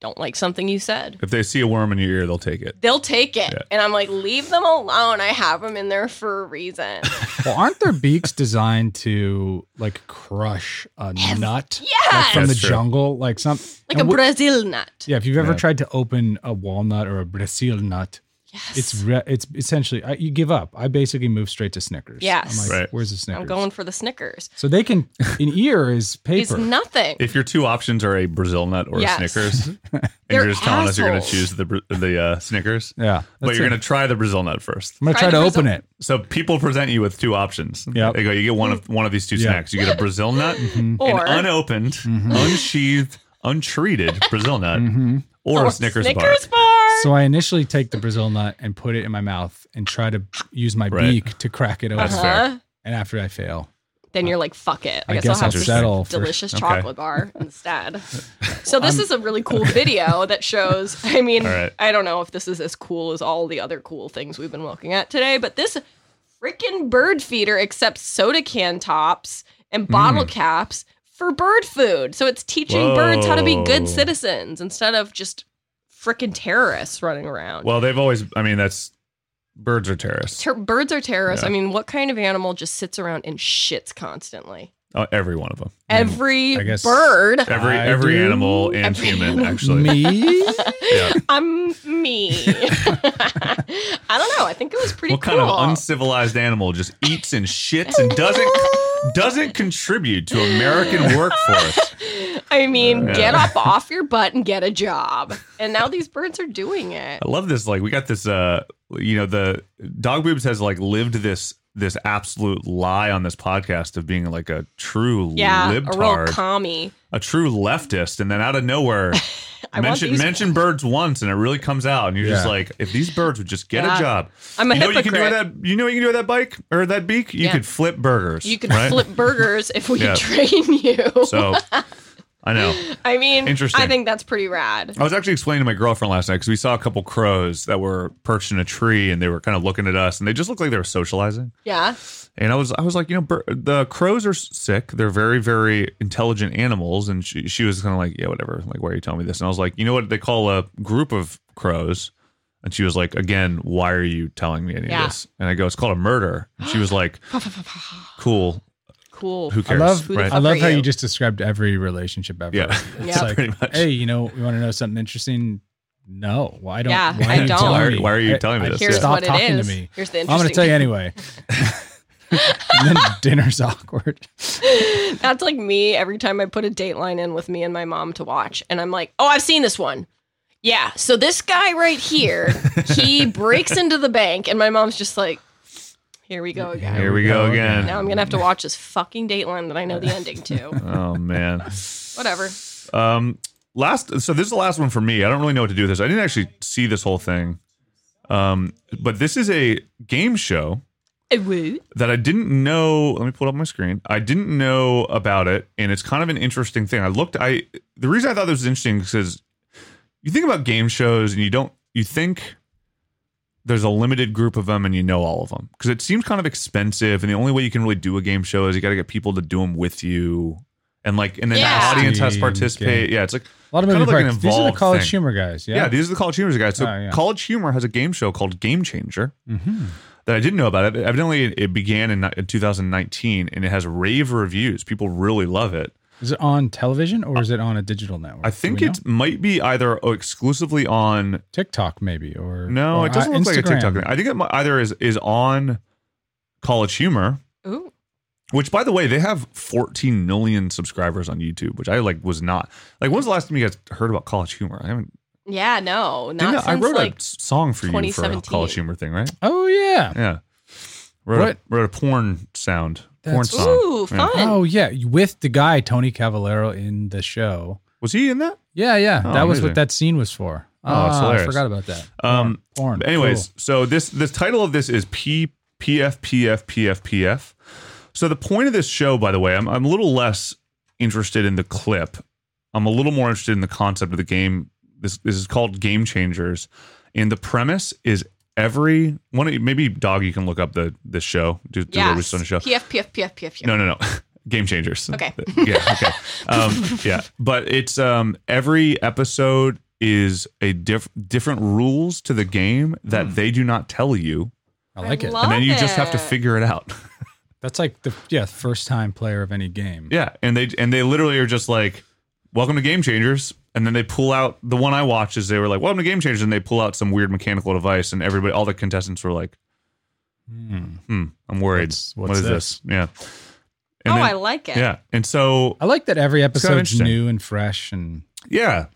don't like something you said. If they see a worm in your ear, they'll take it. They'll take it. Yeah. And I'm like, leave them alone. I have them in there for a reason. thought. Well, aren't their beaks designed to like crush a nut like, Yeah. from the That's true. jungle? Like some Like and a wh- Brazil nut. Yeah, if you've ever Yeah. tried to open a walnut or a Brazil nut, Yes. it's re- it's essentially I, you give up. I basically move straight to Snickers. Yes. I'm like, Right. where's the Snickers? I'm going for the Snickers. So they can an ear is It's paper. nothing. If your two options are a Brazil nut or Yes. a Snickers, and They're you're just telling us you're going to assholes. choose the Bra- the uh, Snickers, yeah, but that's you're it. going to try the Brazil nut first. I'm gonna try, Try to the open Brazil- it. So people present you with two options. Yep. They go, you get one of one of these two Yeah. Mm-hmm. snacks. You get a Brazil nut, Or- an unopened, unsheathed, untreated Brazil nut, Mm-hmm. or, a Snickers, bar. So I initially take the Brazil nut and put it in my mouth and try to use my Right. beak to crack it open. That's fair. Huh? And after I fail, Then you're like, fuck it. Uh-huh. I, I guess, guess I'll have I'll this settle for- delicious okay. chocolate bar instead. So this is a really cool video that shows. I mean, All right. I don't know if this is as cool as all the other cool things we've been looking at today, but this freaking bird feeder accepts soda can tops and Hmm. bottle caps for bird food. So it's teaching birds how to be Whoa. good citizens instead of just freaking terrorists running around. Well, they've always. I mean, that's Birds are terrorists. Ter- birds are terrorists. Yeah. I mean, what kind of animal just sits around and shits constantly? Oh, every one of them. Every I guess- bird. Every I every do. animal and human actually. Me? Yeah. I'm me. I don't know. I think it was pretty What cool. kind of uncivilized animal just eats and shits and doesn't doesn't contribute to American workforce? I mean, Yeah. get up off your butt and get a job. And now these birds are doing it. I love this. Like we got this. Uh, you know, the dog boobs has like lived this this absolute lie on this podcast of being like a true Yeah, a real libtard, commie. a true leftist, and then out of nowhere. I want mention these- mention birds once and it really comes out and you're just Yeah. like if these birds would just get Yeah. a job I'm a you know what you can do with hypocrite. that you know what you can do with that bike or that beak you Yeah. could flip burgers You could right? flip burgers if we Yeah. train you. so I know I mean, Interesting. I think that's pretty rad. I was actually explaining to my girlfriend last night because we saw a couple crows that were perched in a tree and they were kind of looking at us and they just looked like they were socializing. Yeah. And I was I was like, you know, bir- the crows are s- sick. They're very very intelligent animals. And she she was kind of like, yeah, whatever. Like, why are you telling me this? And I was like, you know what they call a group of crows. And she was like, again, why are you telling me any Yeah. of this? And I go, it's called a murder. And she was like, cool. Cool. Who I cares? love, right? I love how Fuck you. you. just described every relationship ever. Yeah. It's Yeah. like, Pretty much. hey, you know, you want to know something interesting? No. Why don't? Yeah, why I are you don't. telling Why are- me? why are you Hey, telling me I- this? Here's Yeah. Stop what it talking is. to me. Here's the I'm interesting. going to tell you anyway. and then dinner's awkward. That's like me every time I put a Dateline in with me and my mom to watch, and I'm like, oh, I've seen this one. Yeah. So this guy right here, he breaks into the bank, and my mom's just like, here we go again. Here we Oh, go again. Now I'm gonna have to watch this fucking Dateline that I know the ending to. oh man. Whatever. Um, last, so this is the last one for me. I don't really know what to do with this. I didn't actually see this whole thing. Um, but this is a game show Eh, woo. that I didn't know. Let me pull up my screen. I didn't know about it, and it's kind of an interesting thing. I looked. I the reason I thought this was interesting is because you think about game shows and you don't. You think there's a limited group of them and you know all of them because it seems kind of expensive, and the only way you can really do a game show is you got to get people to do them with you, and like, and then Yeah. the audience has to Steam, participate. Yeah, it's like A lot of Kind movie of like an parts. These are the involved college thing. humor guys. yeah, Yeah. these are the college humor's guys. So Oh, yeah. college humor has a game show called Game Changer Mhm. that I didn't know about. It evidently it began in, in 2019 and it has rave reviews. People really love it. Is it on television or is it on a digital network? I Do think we know? it might be either oh, exclusively on TikTok maybe or no, or, it doesn't uh, look like a TikTok Instagram. thing. I think it mi- either is is on college humor. Ooh. Which, by the way, they have 14 million subscribers on YouTube, which I like was not like. When's the last time you guys heard about College Humor? I haven't. Yeah. No. Not Didn't since I, I wrote like a s- song for you for a 2017. College Humor thing, right? Oh yeah. Yeah. Wrote, What? A, wrote a porn sound. porn That's- song. Ooh, Yeah. fun. Oh yeah, with the guy Tony Cavallero in the show. Was he in that? Yeah, yeah. Oh, that was amazing. what that scene was for. Oh, it's Ah, I hilarious. forgot about that. Um, Porn. Anyways, so this the title of this is P P F P F P F P F. So the point of this show, by the way, I'm I'm a little less interested in the clip. I'm a little more interested in the concept of the game. This this is called Game Changers, and the premise is every one. of you- Maybe dog, you can look up the this show. Do, do Yeah. what we said on the show. PF, PF, PF, PF. No, no, no. Game changers. Okay. yeah. Okay. Um, yeah. But it's um, every episode is a diff- different rules to the game that Hmm. they do not tell you, I like it. and then you just have to Love it. figure it out. That's like the yeah first time player of any game. yeah. And they and they literally are just like, "Welcome to Game Changers," and then they pull out the one I watched is they were like, "Welcome to Game Changers," and they pull out some weird mechanical device, and everybody, all the contestants were like, Hmm. "Hmm, I'm worried. What's- What what's is this? Yeah. Oh, And then- I like it. yeah. And so I like that every kinda episode's interesting. new and fresh, and yeah.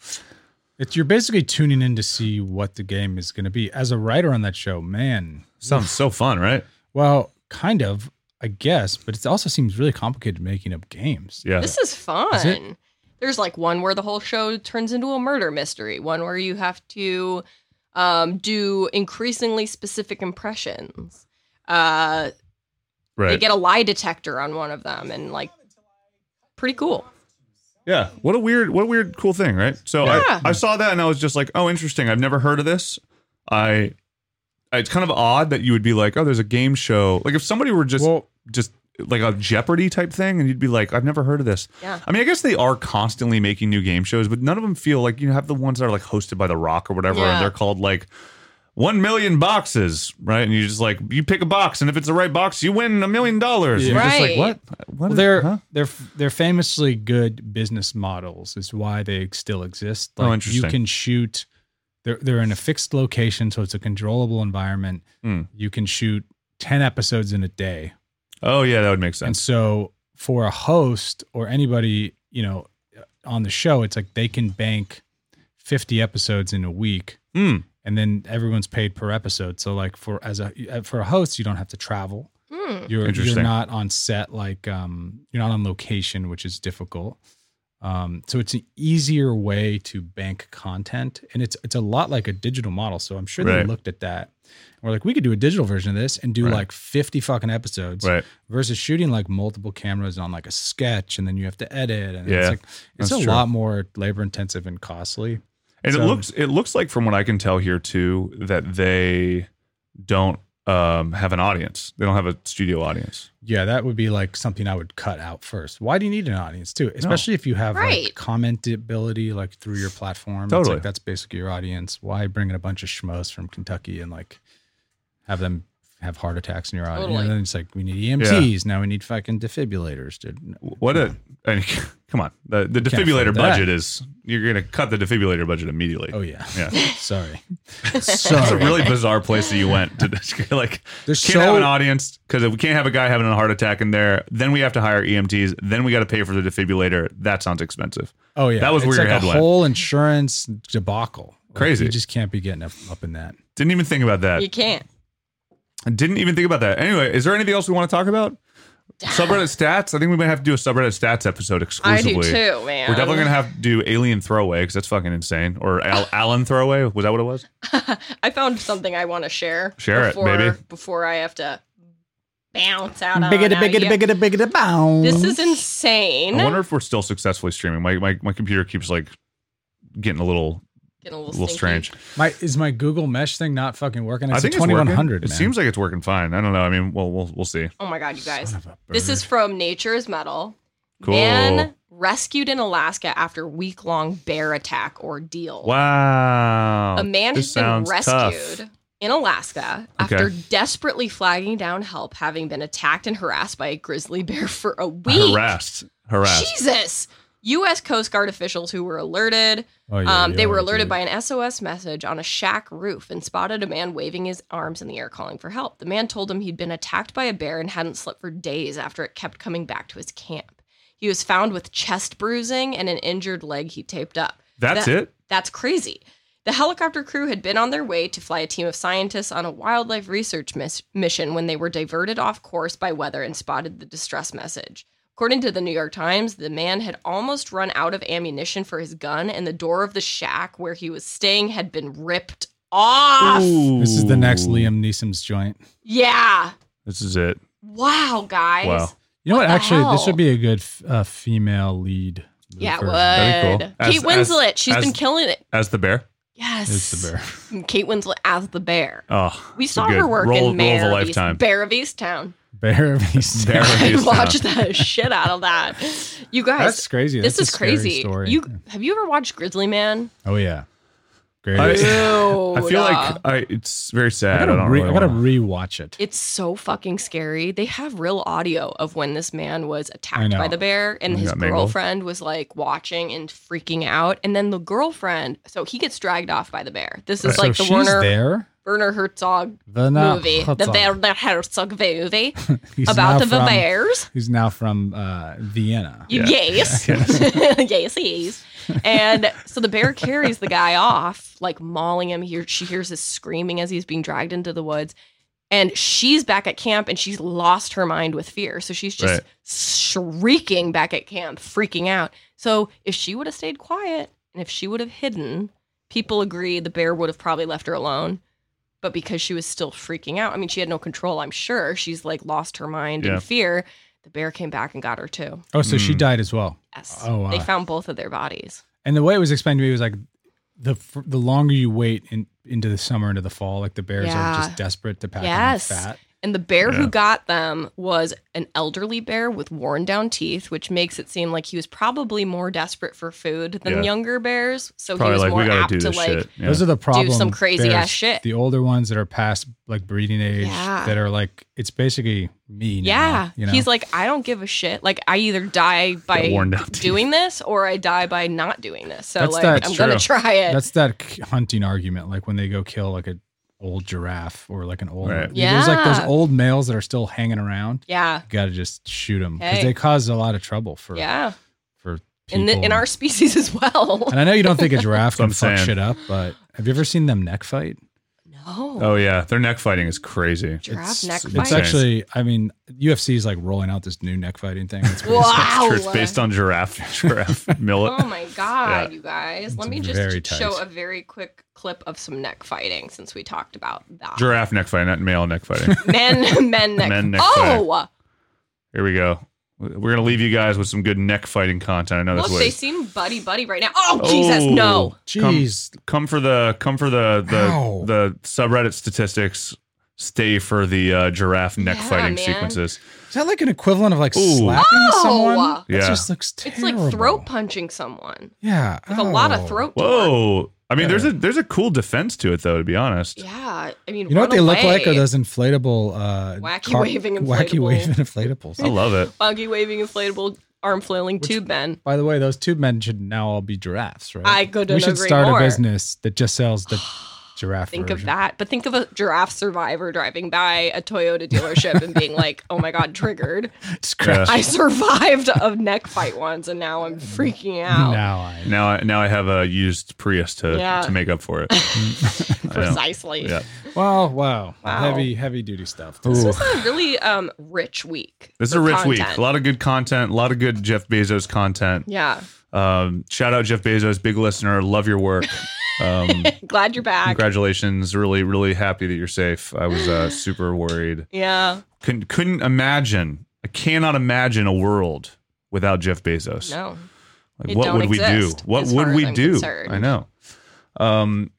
it's you're basically tuning in to see what the game is going to be. As a writer on that show, man, Sounds so fun, right? well, kind of, I guess, but it also seems really complicated making up games. Yeah. This is fun. There's like one where the whole show turns into a murder mystery, one where you have to um, do increasingly specific impressions. Uh, They right. get a lie detector on one of them, and like, pretty cool. Yeah. What a weird, what a weird, cool thing, right? So Yeah. I, I saw that and I was just like, oh, interesting. I've never heard of this. I, it's kind of odd that you would be like, oh, there's a game show. Like if somebody were just, Well- just like a Jeopardy type thing, and you'd be like, I've never heard of this. Yeah. I mean, I guess they are constantly making new game shows, but none of them feel like you have the ones that are like hosted by The Rock or whatever, Yeah. and they're called like one million boxes, right? And you just like you pick a box, and if it's the right box, you win a million dollars. You're just like, Right. what? what Well, they're huh? they're they're famously good business models. Is why they still exist. Oh, interesting. You can shoot. They're they're in a fixed location, so it's a controllable environment. Hmm. You can shoot ten episodes in a day, Oh yeah, that would make and sense. so for a host or anybody you know on the show, it's like they can bank fifty episodes in a week, Hmm. and then everyone's paid per episode. So like for as a uh, for a host, you don't have to travel. Hmm. You're Interesting. you're not on set like um you're not on location, which is difficult. Um, so it's an easier way to bank content, and it's it's a lot like a digital model. So I'm sure they Right. looked at that. And we're like, we could do a digital version of this and do Right. like 50 fucking episodes Right. versus shooting like multiple cameras on like a sketch, and then you have to edit. And Yeah, it's like it's that's a true. lot more labor intensive and costly. And it So- looks it looks like from what I can tell here too that they don't um, have an audience. They don't have a studio audience. Yeah, that would be like something I would cut out first. Why do you need an audience too? Especially if you have Right. like commentability like through your platform. It's like, Totally. that's basically your audience. Why bring in a bunch of schmoes from Kentucky and like have them have heart attacks in your audience? Totally. And then it's like we need EMTs. Now we need fucking defibrillators, dude. What a I mean, come on the the can't defibrillator afford that. budget is you're gonna cut the defibrillator budget immediately. Oh yeah. Yeah. Sorry. It's a Sorry. really bizarre place that you went to just like They're can't have so- an audience because if we can't have a guy having a heart attack in there, then we have to hire EMTs, then we got to pay for the defibrillator. That sounds expensive. Oh yeah. That was it's where your like head a went. whole insurance debacle. Like, Crazy. You just can't be getting up, up in that. Didn't even think about that. You can't. Didn't even think about that. Anyway, is there anything else we want to talk about? Subreddit stats. I think we might have to do a subreddit stats episode I do exclusively. too, man. We're definitely gonna have to do Alien Throwaway because that's fucking insane. Or Al- Alan Throwaway. Was that what it was? I found something I want to share. Share it, before, baby. Before I have to bounce out on Biggity out biggity Uh, you. biggity biggity bounce. This is insane. I wonder if we're still successfully streaming. My my, my computer keeps like getting a little Getting a little stinky. strange. My is my Google Mesh thing not fucking working? It's I think a 2100. It's working. It seems like it's working fine. I don't know. I mean, well, we'll we'll see. Oh my god, you guys! This is from Nature's Metal. Cool. Man rescued in Alaska after week-long bear attack ordeal. Wow. A man has This been sounds tough. rescued in Alaska Okay. after desperately flagging down help, having been attacked and harassed by a grizzly bear for a week. Harassed. Harassed. Jesus. U.S. Coast Guard officials who were alerted. Oh, yeah, um, you they were are, alerted dude. by an SOS message on a shack roof and spotted a man waving his arms in the air calling for help. The man told them he'd been attacked by a bear and hadn't slept for days after it kept coming back to his camp. He was found with chest bruising and an injured leg he taped up. That's That- it. That's crazy. The helicopter crew had been on their way to fly a team of scientists on a wildlife research miss- mission when they were diverted off course by weather and spotted the distress message. According to the New York Times, the man had almost run out of ammunition for his gun, and the door of the shack where he was staying had been ripped off. This is the next Liam Neeson's joint. Yeah. This is it. Wow, guys. Wow. You know what? the Actually, hell? this would be a good f- uh, female lead. Yeah, it for- That'd would. be cool. Kate As- as- Winslet. she's as- been killing it. As the bear. Yes. It's the bear. Kate Winslet as the bear. Oh, We it's a saw good her work roll, in roll Mayor of a of East- lifetime. Bear of Easttown. Bear of East Bear of I Easttown. watched the shit out of that. You guys, That's crazy. this That's is a scary crazy. story. You have you ever watched Grizzly Man? Oh yeah. Great. I- I, No, I feel like I, it's very sad. I, gotta, don't re- really I gotta wanna- rewatch it. it's so fucking scary. They have real audio of when this man was I attacked know. by the bear, and He his got mangled. girlfriend was like watching and freaking out. And then the girlfriend, so he gets dragged off by the bear. This is so like the she's Werner there. Werner Herzog The movie, the Werner Herzog movie about the bears. Who's now from uh, Vienna? Yes. yes, he is. And so the bear carries the guy off, like mauling him. Here she hears his screaming as he's being dragged into the woods. And she's back at camp and she's lost her mind with fear. So she's just Right. shrieking back at camp, freaking out. So if she would have stayed quiet and if she would have hidden, people agree the bear would have probably left her alone. But because she was still freaking out, I mean, she had no control, I'm sure. She's like lost her mind Yeah. in fear. The bear came back and got her too. Oh, so she Mm. died as well. Yes. Oh, wow. They found both of their bodies. And the way it was explained to me was like the fr- the longer you wait in, into the summer into the fall, like the bears Yeah. are just desperate to pack Yes. on fat. And the bear who got them was an elderly bear with worn down teeth, which makes it seem like he was probably more desperate for food than Yeah. younger bears. So he Probably was like more we gotta apt do to this like shit. Yeah. Those are the problem. some crazy bears. ass shit. The older ones that are past like breeding age Yeah. that are like it's basically me. now, Yeah. you know? He's like, I don't give a shit. Like, I either die by worn down teeth. doing this or I die by not doing this. So, That's- like, that's I'm going to true. try it. that's that k- hunting argument. Like when they go kill like an old giraffe or like an old. Right. There's like those Yeah. old males that are still hanging around. yeah. You got to just shoot them because Hey. they cause a lot of trouble for Yeah. for people. In, the, in our species as well. and I know you don't think a giraffe can That's what I'm fuck saying. shit up, but have you ever seen them neck fight? No. Oh yeah, their neck fighting is crazy. Giraffe neck it's fight? It's actually, I mean, UFC is like rolling out this new neck fighting thing. It's pretty sick. Wow. Sure, it's based on giraffe, giraffe millet. uh, Oh my god, Yeah. you guys. Let It's me very just tight. show a very quick clip of some neck fighting since we talked about that. Giraffe neck fighting, not male neck fighting. Men men neck. Men neck oh, Here we go. We're gonna leave you guys with some good neck fighting content. I know that's look, what they seem buddy buddy right now. Oh, Jesus, no. Jeez, come for the come for the the Ow. the subreddit statistics. Stay for the uh, giraffe neck Yeah, fighting man. sequences. Is that like an equivalent of like Ooh. slapping No! someone? That Yeah. just looks It's terrible. like throat punching someone. Yeah. Oh. With a lot Ow. of throat. torque. Whoa! I mean, there's a there's a cool defense to it though. To be honest, Yeah. I mean, You know what they run look like are away. those inflatable, uh, Wacky waving wacky inflatable. waving inflatables. I love it. Foggy waving inflatable arm flailing tube men. By the way, those tube men should now all be giraffes, right? I couldn't We should agree start more. a business that just sells the giraffe. Think of version. that. But think of a giraffe survivor driving by a Toyota dealership and being like, oh my God, triggered. Scratch. I survived a neck fight once and now I'm freaking out. Now I. Now I now I have a used Prius to Yeah. to make up for it. I know. Precisely. Yeah. Wow, wow, Wow. heavy, heavy duty stuff. This was a really um, rich week. This is for a rich week. content. A lot of good content. A lot of good Jeff Bezos content. Yeah. Um, shout out Jeff Bezos, big listener. Love your work. Um, Glad you're back. congratulations. Really, really happy that you're safe. I was uh, super worried. yeah. Couldn't couldn't imagine. I cannot imagine a world without Jeff Bezos. No. Like, It what don't would we do? exist, What as far would as we I'm do? concerned. I know. Um,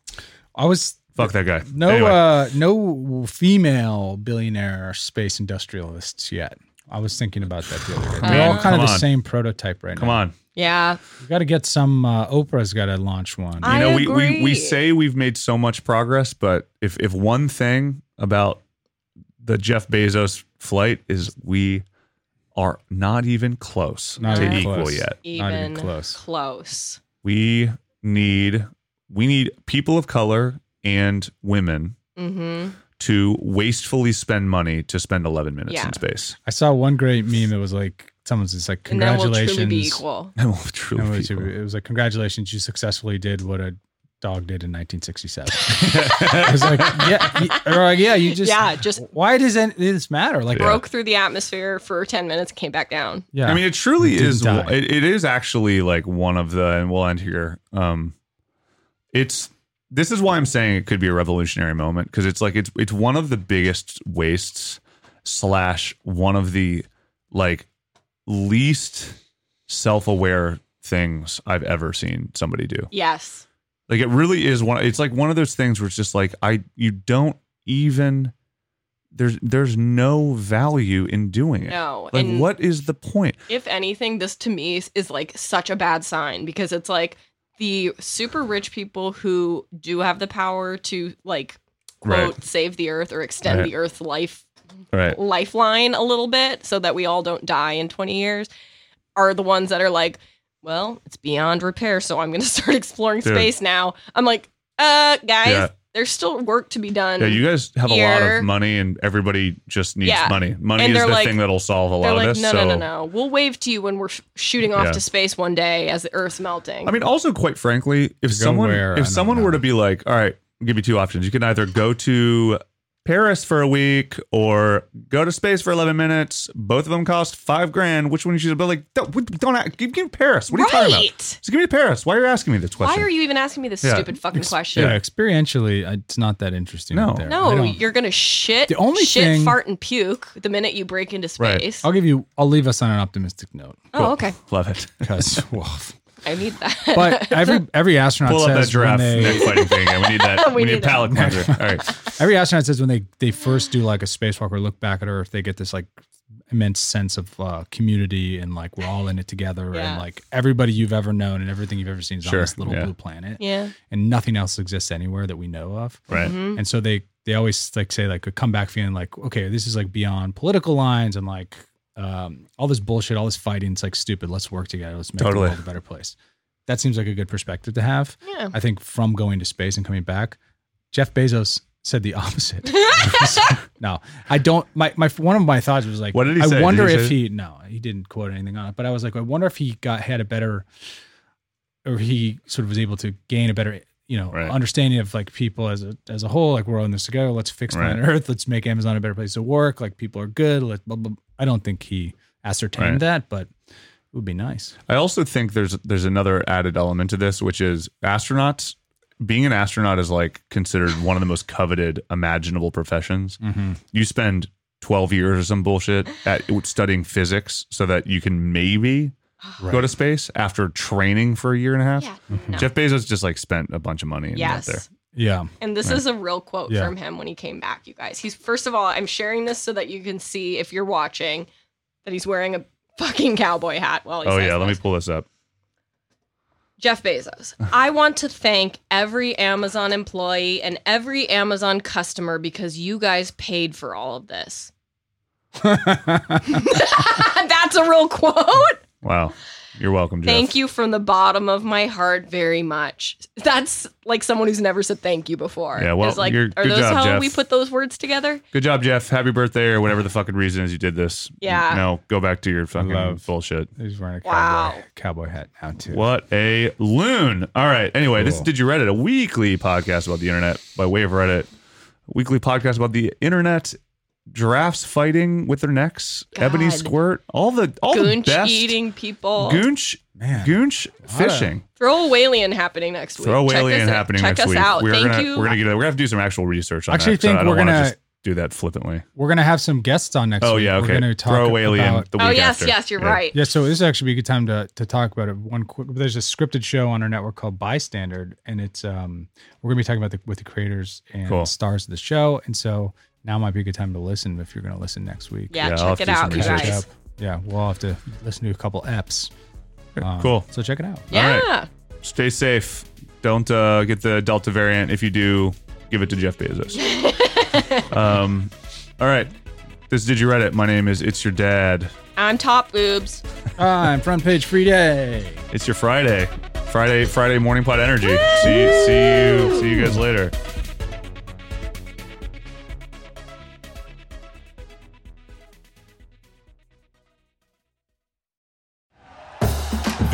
I was fuck that guy. no, Anyway. uh, no female billionaire space industrialists yet. I was thinking about that the other day. They're Man, all kind come of the on. same prototype right come now. on. Yeah. You got to get some. Uh, Oprah's got to launch one. I- you know, we, we agree. we say we've made so much progress, but if if one thing about the Jeff Bezos flight is we are not even close Not to even equal close. yet. Even, even close. Close. We need we need people of color and women Mm-hmm. to wastefully spend money to spend 11 minutes Yeah. in space. I saw one great meme that was like, someone's just like, And then we'll truly be congratulations. equal. That will truly No, it be was- equal. it was like, congratulations, you successfully did what a dog did in 1967. I was like, yeah, you- they're like, yeah, you just, yeah. Just why does any, this matter? Like, broke through the atmosphere for 10 minutes, came back down. yeah, I mean, it truly Didn't is. die. It, it is actually like one of the, and we'll end here. Um, it's this is why I'm saying it could be a revolutionary moment because it's like it's it's one of the biggest wastes slash one of the like least self aware things I've ever seen somebody do. Yes. Like it really is one. It's like one of those things where it's just like I you don't even there's there's no value in doing it. No. Like and what is the point? if anything, this to me is, is like such a bad sign because it's like the super rich people who do have the power to like quote Right. save the earth or extend Right. the earth life Right. lifeline a little bit so that we all don't die in 20 years are the ones that are like, well, it's beyond repair, so I'm going to start exploring Dude. space now. I'm like, uh, guys, Yeah. there's still work to be done. Yeah, you guys have a lot here- of money, and everybody just needs Yeah. money. Money And is they're the like- thing that'll solve a They're lot like, of this. no, so, no, no, no. We'll wave to you when we're sh- shooting off Yeah. to space one day as the Earth's melting. I mean, also quite frankly, if To go someone where, I if don't someone were know. to be like, all right, I'll give you two options. You can either go to Paris for a week or go to space for eleven minutes. Both of them cost five grand. Which one you should be like? Don't, don't ask- give, give me Paris. What are you right? talking about? Just give me Paris. Why are you asking me this Why question? are you even asking me this Yeah. stupid fucking question? yeah, experientially, uh, it's not that interesting. No. out there. I No, don't- you're gonna shit, The only shit, thing- fart, and puke the minute you break into Right. space. I'll give you, I'll leave us on an optimistic note Oh, okay. Love it. because, I need that. But every every astronaut Pull up says that giraffe when they, neck fighting thing. again. We need that. We we, need, need a palate cleanser. All right. every astronaut says when they they first do like a spacewalk or look back at Earth, they get this like immense sense of uh, community and like we're all in it together Yeah. and like everybody you've ever known and everything you've ever seen is Sure, on this little yeah. blue planet yeah. and nothing else exists anywhere that we know of. Right. Mhm. And so they they always like say like a comeback feeling like okay this is like beyond political lines and like um, all this bullshit all this fighting it's like stupid let's work together let's make Totally. the world a better place. That seems like a good perspective to have. Yeah. I think from going to space and coming back, Jeff Bezos said the opposite. no, I don't. My my one of my thoughts was like, What did he I say? Did wonder he if say- he no, he didn't quote anything on it, but I was like, I wonder if he got had a better, or he sort of was able to gain a better, you know, Right. understanding of like people as a as a whole. Like we're on this together. Let's fix planet Earth. Let's make Amazon a better place to work. Like people are good. Let blah, blah. I don't think he ascertained Right. that, but it would be nice. I also think there's there's another added element to this, which is astronauts. Being an astronaut is like considered one of the most coveted imaginable professions. You spend 12 years or some bullshit at studying physics so that you can maybe go to space after training for a year and a half. Yeah. No. Jeff Bezos just like spent a bunch of money and went there. Yes. Yeah. And this is a real quote Yeah. from him when he came back, you guys. He's first of all, I'm sharing this so that you can see if you're watching that he's wearing a fucking cowboy hat while he Oh says yeah, let this. me pull this up. Jeff Bezos. I want to thank every Amazon employee and every Amazon customer because you guys paid for all of this. That's a real quote. Wow. You're welcome, Jeff. Thank you from the bottom of my heart very much. That's like someone who's never said thank you before. Yeah, well, It's like, you're- are good those job, how Jeff. we put those words together? Good job, Jeff. Happy birthday or whatever the fucking reason is you did this. Yeah. Now go back to your fucking Love. bullshit. He's wearing a cowboy, Wow. cowboy hat now too. What a loon. All right. Anyway, this is Cool. Did You Reddit, a weekly podcast about the internet by way of Reddit. Weekly podcast about the internet, giraffes fighting with their necks, ebony God. squirt, all the all the Goonch Oh, best eating people. goonch, Man. goonch fishing. Throw whalian happening next week. Throw Check alien this out- happening Check next us week. out. We're Thank gonna you. we're gonna get we're gonna have to do some actual research on Actually that. so think I don't we're wanna gonna- just do that flippantly. We're gonna have some guests on next Oh week. yeah, okay. We're gonna talk Throw alien about- the week oh yes, after. yes, you're Yeah. right. yeah, so this is actually a good time to to talk about it. One, qu- there's a scripted show on our network called Bystander, and it's um we're gonna be talking about the with the creators and Cool. stars of the show, and so now might be a good time to listen if you're gonna listen next week. Yeah, Yeah, I'll have check to it do some out, you research. guys. Check it out. yeah, we'll have to listen to a couple eps. Um, Cool. So check it out. Yeah. All Stay safe. Don't uh, get the Delta variant. If you do, give it to Jeff Bezos. um, all right. This is Did You Reddit. My name is It's Your Dad. I'm top boobs. I'm front page free day. It's your Friday. Friday, Friday morning pot energy. See, see you, see you guys later.